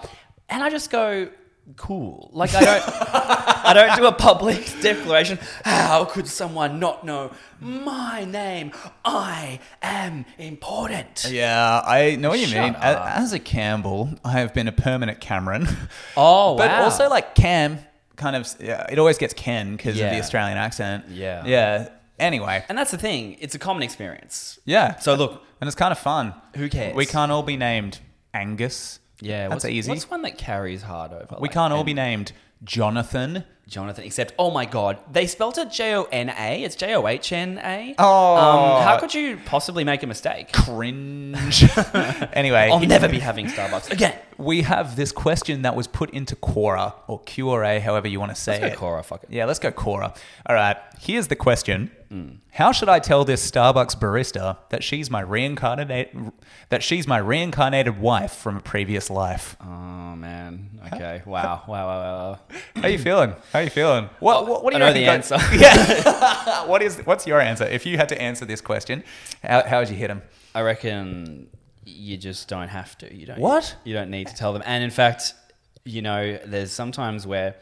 [SPEAKER 1] and I just go. Cool. Like I don't, I don't do a public [LAUGHS] declaration. How could someone not know my name? I am important.
[SPEAKER 2] Yeah, I know what you
[SPEAKER 1] Shut
[SPEAKER 2] mean. A-
[SPEAKER 1] up.
[SPEAKER 2] As a Campbell, I have been a permanent Cameron.
[SPEAKER 1] Oh,
[SPEAKER 2] [LAUGHS] but
[SPEAKER 1] wow.
[SPEAKER 2] also like Cam, kind of, yeah, it always gets Ken because of
[SPEAKER 1] Yeah.
[SPEAKER 2] the Australian accent.
[SPEAKER 1] Yeah.
[SPEAKER 2] Yeah. Anyway.
[SPEAKER 1] And that's the thing. It's a common experience.
[SPEAKER 2] Yeah.
[SPEAKER 1] So look,
[SPEAKER 2] and it's kind of fun.
[SPEAKER 1] Who cares?
[SPEAKER 2] We can't all be named Angus.
[SPEAKER 1] yeah,
[SPEAKER 2] that's
[SPEAKER 1] what's,
[SPEAKER 2] easy.
[SPEAKER 1] What's one that carries hard over?
[SPEAKER 2] we
[SPEAKER 1] Like,
[SPEAKER 2] can't all
[SPEAKER 1] and
[SPEAKER 2] be named Jonathan.
[SPEAKER 1] Jonathan. Except, oh my god, they spelt it J O N A. It's J O H N A.
[SPEAKER 2] Oh.
[SPEAKER 1] um, how could you possibly make a mistake?
[SPEAKER 2] Cringe. [LAUGHS] anyway,
[SPEAKER 1] I'll never be having Starbucks
[SPEAKER 2] [LAUGHS]
[SPEAKER 1] again.
[SPEAKER 2] we have this question that was put into Quora or QRA, however you want to say
[SPEAKER 1] Let's
[SPEAKER 2] it.
[SPEAKER 1] go Cora, fuck it.
[SPEAKER 2] Yeah, let's go Cora. All right, here's the question. How should I tell this Starbucks barista that she's my reincarnate that she's my reincarnated wife from a previous life?
[SPEAKER 1] Oh man. Okay. Wow. Wow. Wow. Wow.
[SPEAKER 2] How you feeling? How you feeling? What what, what do
[SPEAKER 1] I
[SPEAKER 2] you
[SPEAKER 1] know
[SPEAKER 2] reckon
[SPEAKER 1] the
[SPEAKER 2] got-
[SPEAKER 1] answer.
[SPEAKER 2] Yeah. [LAUGHS] what is what's your answer if you had to answer this question? How, how would you hit him?
[SPEAKER 1] I reckon you just don't have to. You don't.
[SPEAKER 2] What?
[SPEAKER 1] You don't need to tell them. And in fact, you know, there's sometimes where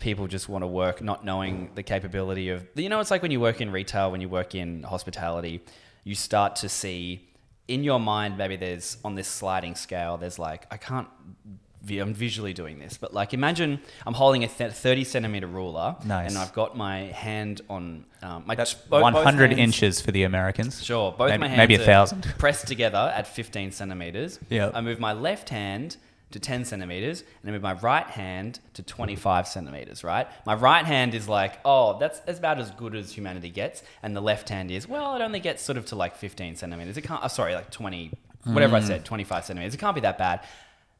[SPEAKER 1] people just want to work not knowing the capability of. You know, it's like when you work in retail, when you work in hospitality, you start to see in your mind maybe there's on this sliding scale there's like I can't. vi- I'm visually doing this, but like imagine I'm holding a th- 30 centimeter ruler,
[SPEAKER 2] Nice.
[SPEAKER 1] and I've got my hand on um, my
[SPEAKER 2] That's
[SPEAKER 1] bo- both
[SPEAKER 2] 100
[SPEAKER 1] hands-
[SPEAKER 2] inches for the Americans.
[SPEAKER 1] Sure, both
[SPEAKER 2] maybe,
[SPEAKER 1] my hands
[SPEAKER 2] maybe a
[SPEAKER 1] are
[SPEAKER 2] thousand.
[SPEAKER 1] [LAUGHS] pressed together at 15 centimeters.
[SPEAKER 2] Yeah.
[SPEAKER 1] I move my left hand to 10 centimeters, and I move my right hand to 25 centimeters. Right, my right hand is like, oh, that's, that's about as good as humanity gets, and the left hand is, well, it only gets sort of to like 15 centimeters. It can't. Oh, sorry, like 20, whatever I
[SPEAKER 2] Mm.
[SPEAKER 1] said, 25 centimeters. It can't be that bad.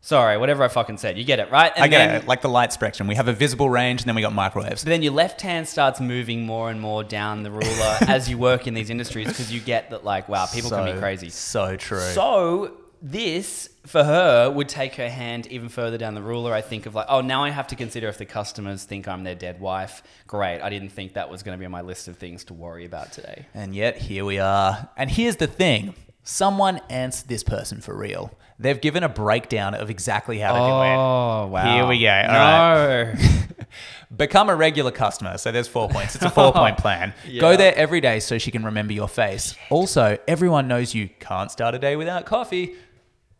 [SPEAKER 1] Sorry, whatever I fucking said, you get it, right? And
[SPEAKER 2] I get
[SPEAKER 1] then-
[SPEAKER 2] it. Like the light spectrum, we have a visible range, and then we got microwaves.
[SPEAKER 1] but then your left hand starts moving more and more down the
[SPEAKER 2] [LAUGHS]
[SPEAKER 1] ruler as you work in these industries because you get that, like, wow, people can be crazy.
[SPEAKER 2] So true.
[SPEAKER 1] So this for her would take her hand even further down the ruler. I think of like, oh, now I have to consider if the customers think I'm their dead wife. Great, I didn't think that was going to be on my list of things to worry about today.
[SPEAKER 2] And yet here we are. And here's the thing someone ants this person for real. They've given a breakdown of exactly how to
[SPEAKER 1] Oh wow!
[SPEAKER 2] Here we go. All
[SPEAKER 1] no.
[SPEAKER 2] do it. Become a regular customer. So there's four points. It's a
[SPEAKER 1] [LAUGHS]
[SPEAKER 2] four point plan. Go
[SPEAKER 1] Yeah.
[SPEAKER 2] there every day so she can remember your face. Also, everyone knows you can't start a day without coffee.
[SPEAKER 1] [LAUGHS]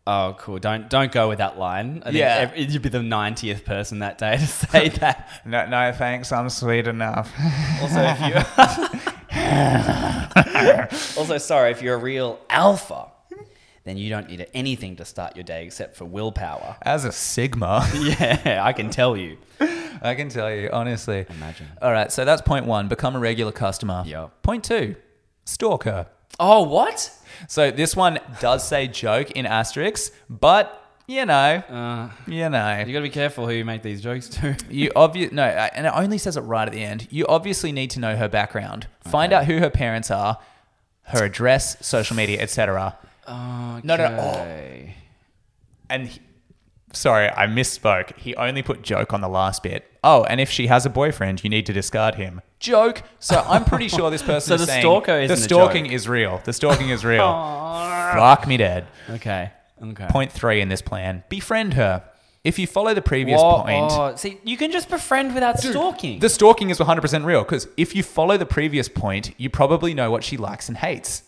[SPEAKER 1] Oh, cool. Don't don't go with that line. I think
[SPEAKER 2] Yeah.
[SPEAKER 1] ev- you'd be the ninetieth person that day to [LAUGHS] say that.
[SPEAKER 2] No, no thanks. I'm sweet enough.
[SPEAKER 1] Also, if you also sorry, if you're a real alpha, then you don't need anything to start your day except for
[SPEAKER 2] [LAUGHS]
[SPEAKER 1] willpower.
[SPEAKER 2] As
[SPEAKER 1] [LAUGHS]
[SPEAKER 2] a Sigma.
[SPEAKER 1] Yeah, I can tell you.
[SPEAKER 2] I can tell you, honestly.
[SPEAKER 1] Imagine.
[SPEAKER 2] All right, so that's point one become a regular customer.
[SPEAKER 1] Yep.
[SPEAKER 2] Point two stalk her.
[SPEAKER 1] Oh, what?
[SPEAKER 2] So this one does say joke in asterisks, but you know,
[SPEAKER 1] Uh,
[SPEAKER 2] you know.
[SPEAKER 1] You got to be careful who you make these jokes to.
[SPEAKER 2] You obvious no, uh, and it only says it right at the end. You obviously need to know her background. Find out who her parents are, her address, social media, etc. no, no. oh.
[SPEAKER 1] Okay.
[SPEAKER 2] And he- sorry, I misspoke. He only put joke on the last bit. Oh, and if she has a boyfriend, you need to discard him. Joke. So I'm
[SPEAKER 1] [LAUGHS]
[SPEAKER 2] pretty sure this person.
[SPEAKER 1] So
[SPEAKER 2] is
[SPEAKER 1] the
[SPEAKER 2] saying,
[SPEAKER 1] stalker
[SPEAKER 2] The
[SPEAKER 1] isn't a
[SPEAKER 2] stalking
[SPEAKER 1] joke.
[SPEAKER 2] is real. The stalking is
[SPEAKER 1] [LAUGHS]
[SPEAKER 2] real. Fuck me dead.
[SPEAKER 1] Okay. Okay.
[SPEAKER 2] Point three in this plan: befriend her. If you follow the previous
[SPEAKER 1] Whoa,
[SPEAKER 2] point,
[SPEAKER 1] oh, see, you can just befriend without stalking.
[SPEAKER 2] the stalking is 100% real because if you follow the previous point, you probably know what she likes and hates.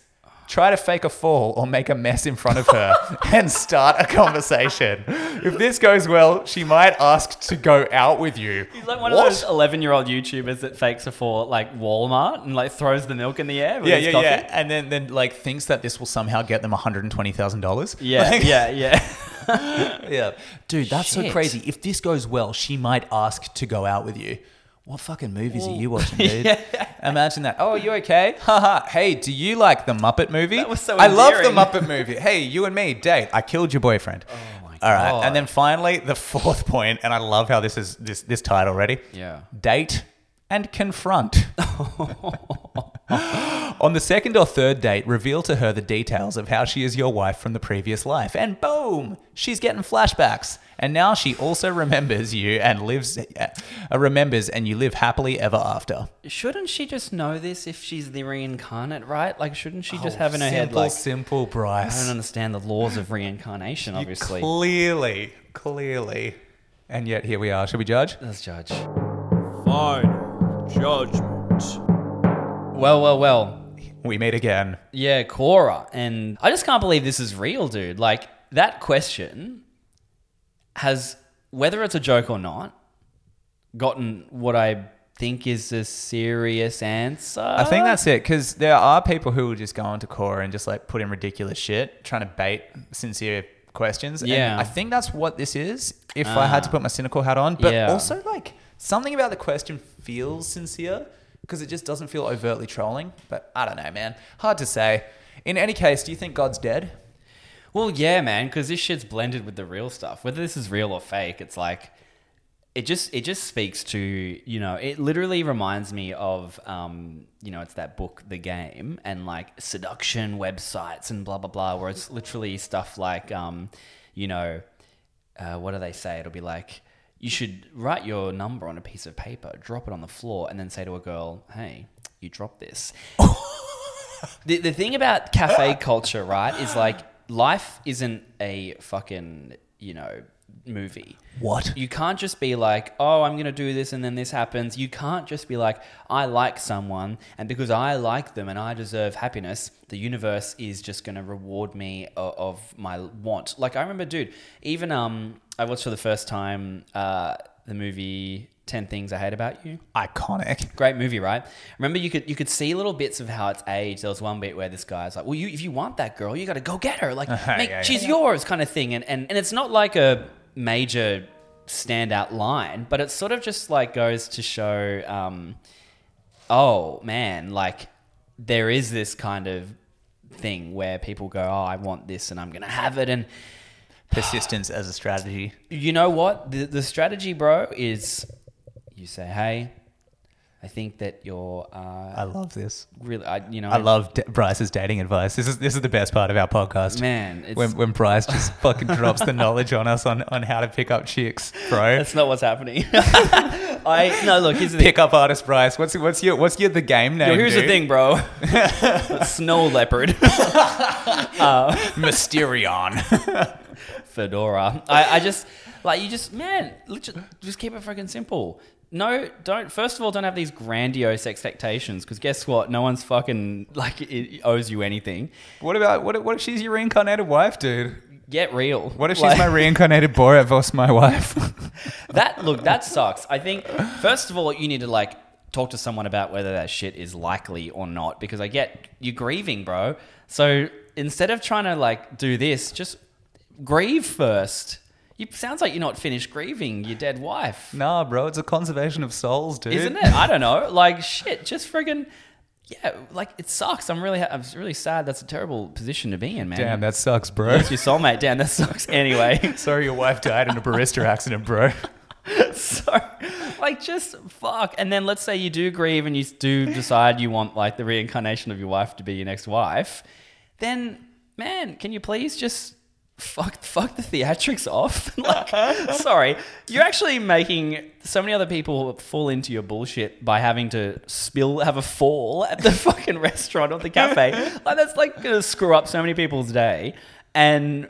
[SPEAKER 2] Try to fake a fall or make a mess in front of her
[SPEAKER 1] [LAUGHS]
[SPEAKER 2] and start a conversation. If this goes well, she might ask to go out with you.
[SPEAKER 1] He's like one
[SPEAKER 2] What?
[SPEAKER 1] of those 11 year old YouTubers that fakes a for like Walmart and like throws the milk in the air. With
[SPEAKER 2] Yeah,
[SPEAKER 1] his
[SPEAKER 2] yeah,
[SPEAKER 1] coffee.
[SPEAKER 2] yeah. And then, then like thinks that this will somehow get them $120,000. [LAUGHS]
[SPEAKER 1] Yeah,
[SPEAKER 2] Like-
[SPEAKER 1] yeah, yeah.
[SPEAKER 2] Yeah. Dude, that's so
[SPEAKER 1] Shit.
[SPEAKER 2] crazy. If this goes well, she might ask to go out with you. What fucking movies are you
[SPEAKER 1] [LAUGHS]
[SPEAKER 2] watching, dude? Imagine that. Oh, are you okay? [LAUGHS] Haha. hey, do you like the Muppet movie?
[SPEAKER 1] That was so
[SPEAKER 2] I love the
[SPEAKER 1] endearing.
[SPEAKER 2] Muppet movie. Hey, you and me, date. I killed your boyfriend. Oh my All right. And then finally, the fourth point, and I love how this is this this tied already.
[SPEAKER 1] Yeah.
[SPEAKER 2] Date and [LAUGHS] confront. On the second or third date, reveal to her the details of how she is your wife from the previous life. And boom, she's getting flashbacks. And now she also remembers you and lives, uh, remembers, and you live happily ever after.
[SPEAKER 1] Shouldn't she just know this if she's the reincarnate, right? Like, shouldn't she just
[SPEAKER 2] Oh,
[SPEAKER 1] have in her
[SPEAKER 2] simple,
[SPEAKER 1] head, like,
[SPEAKER 2] simple
[SPEAKER 1] I don't
[SPEAKER 2] Bryce.
[SPEAKER 1] understand the laws of reincarnation, obviously.
[SPEAKER 2] Clearly, clearly. And yet here we are. Should we judge?
[SPEAKER 1] Let's judge.
[SPEAKER 8] Final judgment.
[SPEAKER 1] Well, well, well.
[SPEAKER 2] We meet [LAUGHS] again.
[SPEAKER 1] Yeah, Cora. And I just can't believe this is real, dude. Like, that question has, whether it's a joke or not, gotten what I think is a serious answer.
[SPEAKER 2] I think that's it because there are people who will just go onto Cora and just like put in ridiculous shit, trying to bait sincere questions. And
[SPEAKER 1] Yeah. Ah.
[SPEAKER 2] I think that's what this is. If I had to put my cynical hat on, but
[SPEAKER 1] Yeah.
[SPEAKER 2] also like something about the question feels sincere because it just doesn't feel overtly trolling. But I don't know, man. Hard to say. In any case, do you think God's dead?
[SPEAKER 1] Well, yeah, man, because this shit's blended with the real stuff. Whether this is real or fake, it's like it just it just speaks to you know it literally reminds me of um, you know it's that book The Game and like seduction websites and blah blah blah where it's literally stuff like um, you know uh, what do they say? It'll be like, you should write your number on a piece of paper, drop it on the floor, and then say to a girl, hey, you dropped this. the, the thing about cafe culture, right, is like life isn't a fucking, you know, movie.
[SPEAKER 2] What?
[SPEAKER 1] You can't just be like, oh, I'm going to do this and then this happens. You can't just be like, I like someone, and because I like them and I deserve happiness, the universe is just going to reward me of, of my want. Like, I remember, dude, even um, I watched for the first time uh, the movie 10 Things I Hate About You.
[SPEAKER 2] Iconic.
[SPEAKER 1] Great movie, right? Remember, you could you could see little bits of how it's aged. There was one bit where this guy's like, "Well, you if you want that girl, you got to go get her. Like, mate,
[SPEAKER 2] [LAUGHS] yeah,
[SPEAKER 1] she's yours," kind of thing. And and and it's not like a major standout line, but it sort of just like goes to show, um, oh man, like there is this kind of thing where people go, "Oh, I want this, and I'm gonna have it," and
[SPEAKER 2] Persistence as a strategy.
[SPEAKER 1] you know what? The, the strategy, bro, is you say, hey, I think that you're uh,
[SPEAKER 2] I love this.
[SPEAKER 1] really, I, you know,
[SPEAKER 2] I love D- Bryce's dating advice. This is this is the best part of our podcast.
[SPEAKER 1] man. It's,
[SPEAKER 2] when, when Bryce just fucking drops the knowledge on us on, on how to pick up chicks,
[SPEAKER 1] [LAUGHS]
[SPEAKER 2] bro.
[SPEAKER 1] that's not what's happening. [LAUGHS] I no, look, here's the thing.
[SPEAKER 2] Pick up artist Bryce. What's what's your what's your the game name?
[SPEAKER 1] Yo, here's the
[SPEAKER 2] [LAUGHS] dude?
[SPEAKER 1] thing, [LAUGHS] bro. Snow leopard,
[SPEAKER 2] Mysterion.
[SPEAKER 1] [LAUGHS] fedora. I, I just like you. Just man, literally, just keep it freaking simple. No, don't. First of all, don't have these grandiose expectations because guess what? No one's fucking like it owes you anything.
[SPEAKER 2] what about what if, what if she's your reincarnated wife, dude?
[SPEAKER 1] Get real.
[SPEAKER 2] What if she's
[SPEAKER 1] Like-
[SPEAKER 2] my reincarnated Borat vs my wife?
[SPEAKER 1] that look that sucks i think first of all you need to like talk to someone about whether that shit is likely or not because i get you're grieving bro so instead of trying to like do this just grieve first you sounds like you're not finished grieving your dead wife
[SPEAKER 2] [LAUGHS] nah, bro, it's a conservation of souls, dude.
[SPEAKER 1] isn't it i don't know like shit just friggin yeah like it sucks i'm really i'm really sad that's a terrible position to be in man
[SPEAKER 2] Damn, that sucks, bro.
[SPEAKER 1] your soulmate damn that sucks anyway
[SPEAKER 2] [LAUGHS] Sorry, your wife died in
[SPEAKER 1] [LAUGHS]
[SPEAKER 2] a barista accident, bro.
[SPEAKER 1] So, like, just fuck. And then let's say you do grieve and you do decide you want, like, the reincarnation of your wife to be your next wife. Then, man, can you please just fuck, fuck the theatrics off? [LAUGHS] like, sorry. You're actually making so many other people fall into your bullshit by having to spill, have a fall at the [LAUGHS] fucking restaurant or the cafe. Like, that's, like, gonna screw up so many people's day. And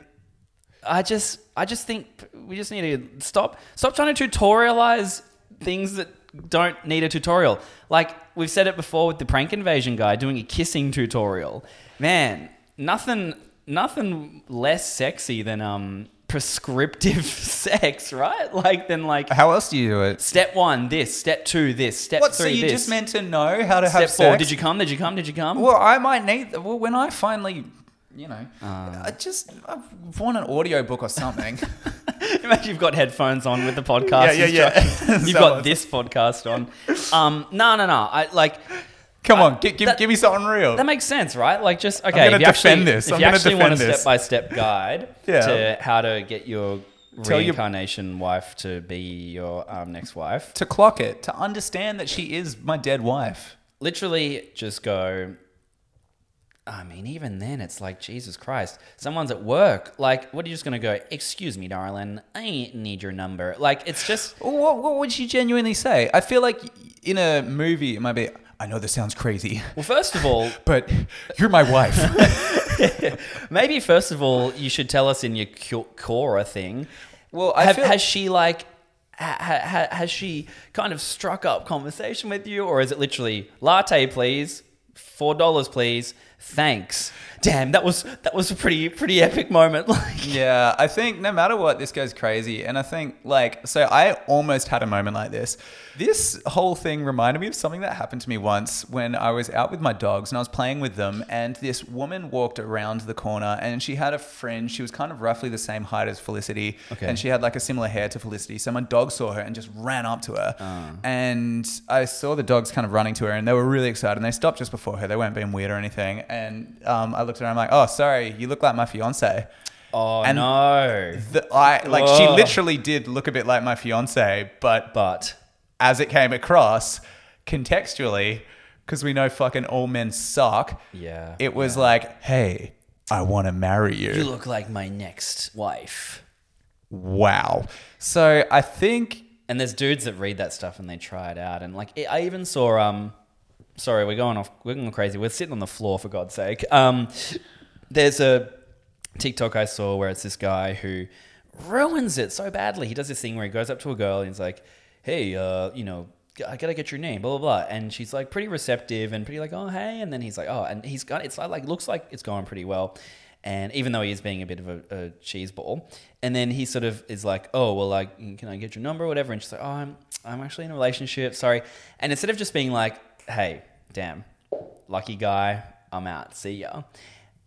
[SPEAKER 1] I just I just think we just need to stop stop trying to tutorialize things that don't need a tutorial. Like we've said it before with the prank invasion guy doing a kissing tutorial. Man, nothing nothing less sexy than um prescriptive [LAUGHS] sex, right? Like than like
[SPEAKER 2] How else do you do it?
[SPEAKER 1] step 1 this, step 2 this, step
[SPEAKER 2] What?
[SPEAKER 1] 3
[SPEAKER 2] So you
[SPEAKER 1] this.
[SPEAKER 2] just meant to know how to
[SPEAKER 1] step 4
[SPEAKER 2] have sex?
[SPEAKER 1] did you come? Did you come? Did you come?
[SPEAKER 2] Well, I might need. Well, when I finally, you know, I just I want an audio book or something.
[SPEAKER 1] [LAUGHS] Imagine you've got headphones on with the podcast.
[SPEAKER 2] [LAUGHS] Yeah, yeah, [LAUGHS] yeah.
[SPEAKER 1] instructions. You've
[SPEAKER 2] Someone-
[SPEAKER 1] got this podcast on. Um, no, no, no. I like
[SPEAKER 2] Come
[SPEAKER 1] I-
[SPEAKER 2] on, gi- give,
[SPEAKER 1] Uh, that-
[SPEAKER 2] give me something real.
[SPEAKER 1] that makes sense, right? Like just okay.
[SPEAKER 2] gonna
[SPEAKER 1] if you
[SPEAKER 2] defend
[SPEAKER 1] actually,
[SPEAKER 2] this.
[SPEAKER 1] If
[SPEAKER 2] I'm
[SPEAKER 1] you
[SPEAKER 2] gonna
[SPEAKER 1] actually want a
[SPEAKER 2] defend this.
[SPEAKER 1] step-by-step guide
[SPEAKER 2] [LAUGHS] Yeah.
[SPEAKER 1] to how to get your
[SPEAKER 2] Tell your-
[SPEAKER 1] reincarnation wife to be your um, next wife,
[SPEAKER 2] to clock it, to understand that she is my dead wife.
[SPEAKER 1] literally just go. I mean, even then, it's like Jesus Christ. Someone's at work. Like, what are you just gonna go? Excuse me, darling. I need your number. Like, it's just.
[SPEAKER 2] What, what would she genuinely say? I feel like in a movie, it might be. I know this sounds crazy, [LAUGHS]
[SPEAKER 1] Well, first of all,
[SPEAKER 2] but you're my wife.
[SPEAKER 1] [LAUGHS] Maybe first of all, you should tell us in your cu- Cora thing.
[SPEAKER 2] well, I
[SPEAKER 1] have,
[SPEAKER 2] feel,
[SPEAKER 1] has she like ha, ha, ha- has she kind of struck up conversation with you, or is it literally latte, please, four dollars, please, thanks? Damn, that was that was a pretty pretty epic moment. [LAUGHS] Like,
[SPEAKER 2] Yeah, I think no matter what, this goes crazy. And I think, like, so I almost had a moment like this. This whole thing reminded me of something that happened to me once when I was out with my dogs and I was playing with them. And this woman walked around the corner and she had a friend. She was kind of roughly the same height as Felicity.
[SPEAKER 1] Okay.
[SPEAKER 2] And she had like a similar hair to Felicity. So my dog saw her and just ran up to her. And I saw the dogs kind of running to her and they were really excited. And they stopped just before her. They weren't being weird or anything. And um, I looked at her and I'm like, oh, sorry, you look like my fiance.
[SPEAKER 1] oh
[SPEAKER 2] And
[SPEAKER 1] no!
[SPEAKER 2] The, I like she
[SPEAKER 1] Whoa.
[SPEAKER 2] literally did look a bit like my fiance, but,
[SPEAKER 1] But
[SPEAKER 2] as it came across contextually, because we know fucking all men suck.
[SPEAKER 1] Yeah,
[SPEAKER 2] it was like, hey, I want to marry you.
[SPEAKER 1] you look like my next wife.
[SPEAKER 2] wow. So I think
[SPEAKER 1] And there's dudes that read that stuff and they try it out. And like, I- I even saw, um, sorry, we're going off, we're going crazy. We're sitting on the floor for God's sake. Um, there's a TikTok I saw where it's this guy who ruins it so badly. He does this thing where he goes up to a girl and he's like, hey, uh, you know, g- I gotta get your name, blah blah blah, and she's like pretty receptive and pretty like, oh hey, and then he's like, oh, and he's got it's like, like looks like it's going pretty well, and even though he is being a bit of a, a cheese ball, and then he sort of is like, oh well, like can I get your number or whatever, and she's like, oh I'm I'm actually in a relationship, sorry, and instead of just being like, hey, damn, lucky guy, I'm out, see ya.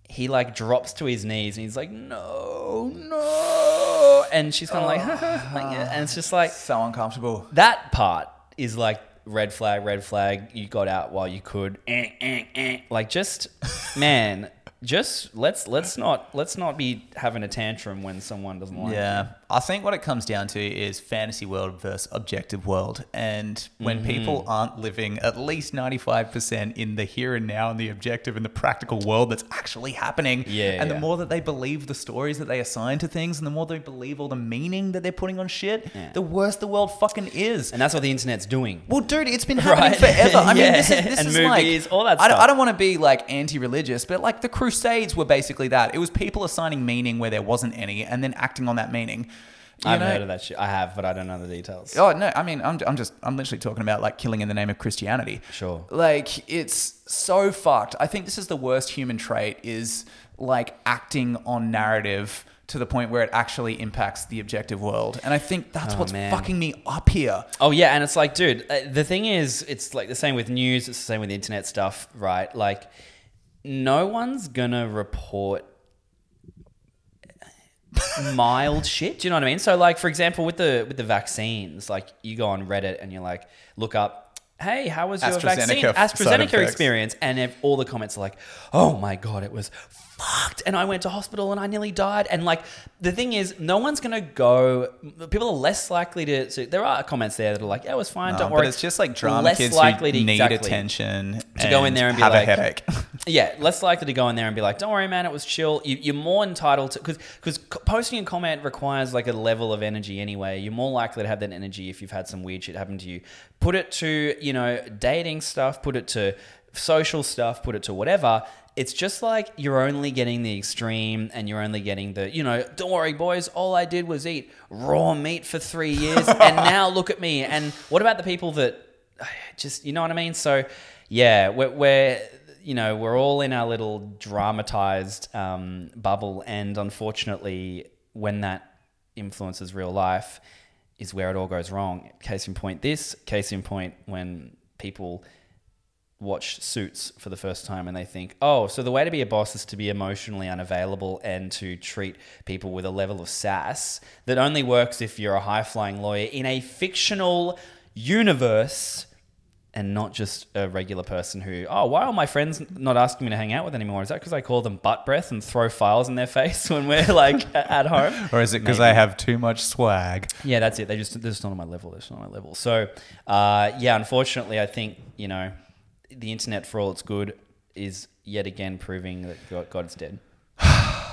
[SPEAKER 1] He like drops to his knees and he's like, no, no, and she's kind of like, [LAUGHS] like, yeah, and it's just like,
[SPEAKER 2] so uncomfortable.
[SPEAKER 1] that part is like red flag, red flag. You got out while you could. Eh, eh, eh. Like just,
[SPEAKER 2] [LAUGHS]
[SPEAKER 1] man, just let's let's not let's not be having a tantrum when someone doesn't like.
[SPEAKER 2] Yeah, I think what it comes down to is fantasy world versus objective world. And when
[SPEAKER 1] Mm.
[SPEAKER 2] people aren't living at least 95% in the here and now and the objective and the practical world that's actually happening,
[SPEAKER 1] Yeah,
[SPEAKER 2] and the
[SPEAKER 1] yeah.
[SPEAKER 2] more that they believe the stories that they assign to things and the more they believe all the meaning that they're putting on shit,
[SPEAKER 1] Yeah.
[SPEAKER 2] the worse the world fucking is.
[SPEAKER 1] And that's what the internet's doing.
[SPEAKER 2] Well, dude, it's been
[SPEAKER 1] Right.
[SPEAKER 2] happening
[SPEAKER 1] [LAUGHS]
[SPEAKER 2] forever. I mean, this is
[SPEAKER 1] Yeah.
[SPEAKER 2] this
[SPEAKER 1] And
[SPEAKER 2] is
[SPEAKER 1] movies,
[SPEAKER 2] like
[SPEAKER 1] all that
[SPEAKER 2] I, don't-
[SPEAKER 1] stuff.
[SPEAKER 2] I don't want to be like anti-religious, but like the Crusades were basically that. It was people assigning meaning where there wasn't any, [LAUGHS] and then acting on that meaning. You
[SPEAKER 1] I've
[SPEAKER 2] know?
[SPEAKER 1] heard of that shit. I have, but I don't know the details.
[SPEAKER 2] Oh no, I mean, I'm, I'm just I'm literally talking about like killing in the name of Christianity.
[SPEAKER 1] Sure.
[SPEAKER 2] Like it's so fucked. I think this is the worst human trait is like acting on narrative to the point where it actually impacts the objective world. And I think that's what's
[SPEAKER 1] man.
[SPEAKER 2] fucking me up here.
[SPEAKER 1] Oh yeah, and it's like, dude, uh, the thing is, it's like the same with news. It's the same with internet stuff, right? Like, no one's gonna report mild [LAUGHS] shit. Do you know what I mean? So, like, for example, with the with the vaccines, like you go on Reddit and you're like, look up, hey, how was your vaccine
[SPEAKER 2] AstraZeneca f- side
[SPEAKER 1] AstraZeneca
[SPEAKER 2] effects.
[SPEAKER 1] experience? And if all the comments are like, oh my god, it was fucked, and I went to hospital and I nearly died. And like, the thing is, no one's gonna go. People are less likely to. So there are comments there that are like, yeah, it was fine, don't
[SPEAKER 2] Um,
[SPEAKER 1] worry.
[SPEAKER 2] but it's just like drama
[SPEAKER 1] Less
[SPEAKER 2] kids
[SPEAKER 1] likely
[SPEAKER 2] who
[SPEAKER 1] to-
[SPEAKER 2] need
[SPEAKER 1] exactly.
[SPEAKER 2] attention to
[SPEAKER 1] go in there and be
[SPEAKER 2] have
[SPEAKER 1] like-
[SPEAKER 2] a [LAUGHS] headache.
[SPEAKER 1] Yeah, less likely to go in there and be like, "Don't worry, man, it was chill." You, you're more entitled to because because posting a comment requires like a level of energy anyway. You're more likely to have that energy if you've had some weird shit happen to you. Put it to you know dating stuff. Put it to social stuff. Put it to whatever. it's just like you're only getting the extreme and you're only getting the, you know, don't worry, boys, all I did was eat raw meat for three years and now look at me. And what about the people that [SIGHS] just, you know what I mean? So, yeah, we're, we're you know, we're all in our little dramatized um, bubble. And unfortunately, when that influences real life, is where it all goes wrong. Case in point, this. Case in point, when people watch Suits for the first time and they think, oh, so the way to be a boss is to be emotionally unavailable and to treat people with a level of sass that only works if you're a high flying lawyer in a fictional universe and not just a regular person who, oh, why are my friends not asking me to hang out with anymore? Is that because I call them butt breath and throw files in their face [LAUGHS] when we're like a- at home?
[SPEAKER 2] Or is it because I have too much swag?
[SPEAKER 1] Yeah, that's it. They just they're just not on my level. They're just not on my level. So, uh, yeah, unfortunately, I think you know, the internet for all it's good is yet again proving that God, God's dead. [SIGHS]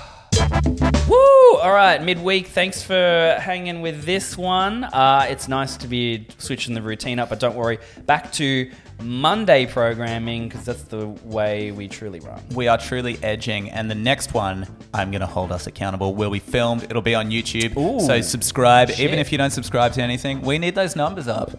[SPEAKER 1] Woo! All right, midweek. Thanks for hanging with this one. Uh, it's nice to be switching the routine up, but don't worry. Back to Monday programming because that's the way we truly run.
[SPEAKER 2] We are truly edging, and the next one I'm going to hold us accountable. Will be filmed. It'll be on YouTube.
[SPEAKER 1] Ooh,
[SPEAKER 2] so subscribe, even
[SPEAKER 1] shit.
[SPEAKER 2] if you don't subscribe to anything. We need those numbers up.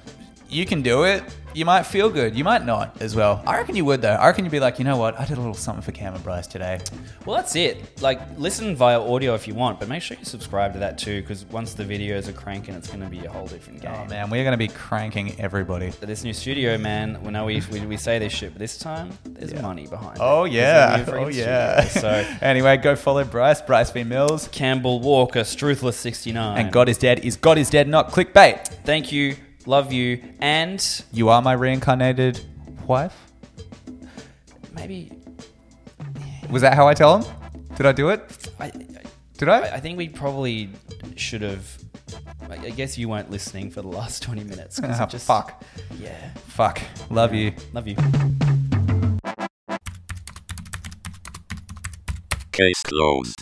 [SPEAKER 2] You can do it. You might feel good. You might not as well. I reckon you would though. I reckon you'd be like, you know what? I did a little something for Cam and Bryce today.
[SPEAKER 1] Well, that's it. Like, listen via audio if you want, but make sure you subscribe to that too, because once the videos are cranking, it's going to be a whole different game.
[SPEAKER 2] Oh man, we're going to be cranking everybody.
[SPEAKER 1] But This new studio, man. We know we, we, we say this shit, but this time there's money behind. it.
[SPEAKER 2] Oh
[SPEAKER 1] There's a
[SPEAKER 2] yeah.
[SPEAKER 1] new freaking
[SPEAKER 2] Oh [LAUGHS] yeah.
[SPEAKER 1] studio. So
[SPEAKER 2] anyway, go follow Bryce. Bryce V Mills.
[SPEAKER 1] Campbell Walker, Struthless sixty nine,
[SPEAKER 2] And God is dead. Is God is dead? Not clickbait.
[SPEAKER 1] thank you, love you, and
[SPEAKER 2] You are my reincarnated wife.
[SPEAKER 1] maybe
[SPEAKER 2] Was that how I tell him? Did I do it?
[SPEAKER 1] I,
[SPEAKER 2] Did I?
[SPEAKER 1] I I think we probably should have. I I guess you weren't listening for the last twenty minutes. 'cause it
[SPEAKER 2] Ah,
[SPEAKER 1] just,
[SPEAKER 2] Fuck.
[SPEAKER 1] Yeah.
[SPEAKER 2] Fuck. Love you.
[SPEAKER 1] Love you.
[SPEAKER 9] Case closed.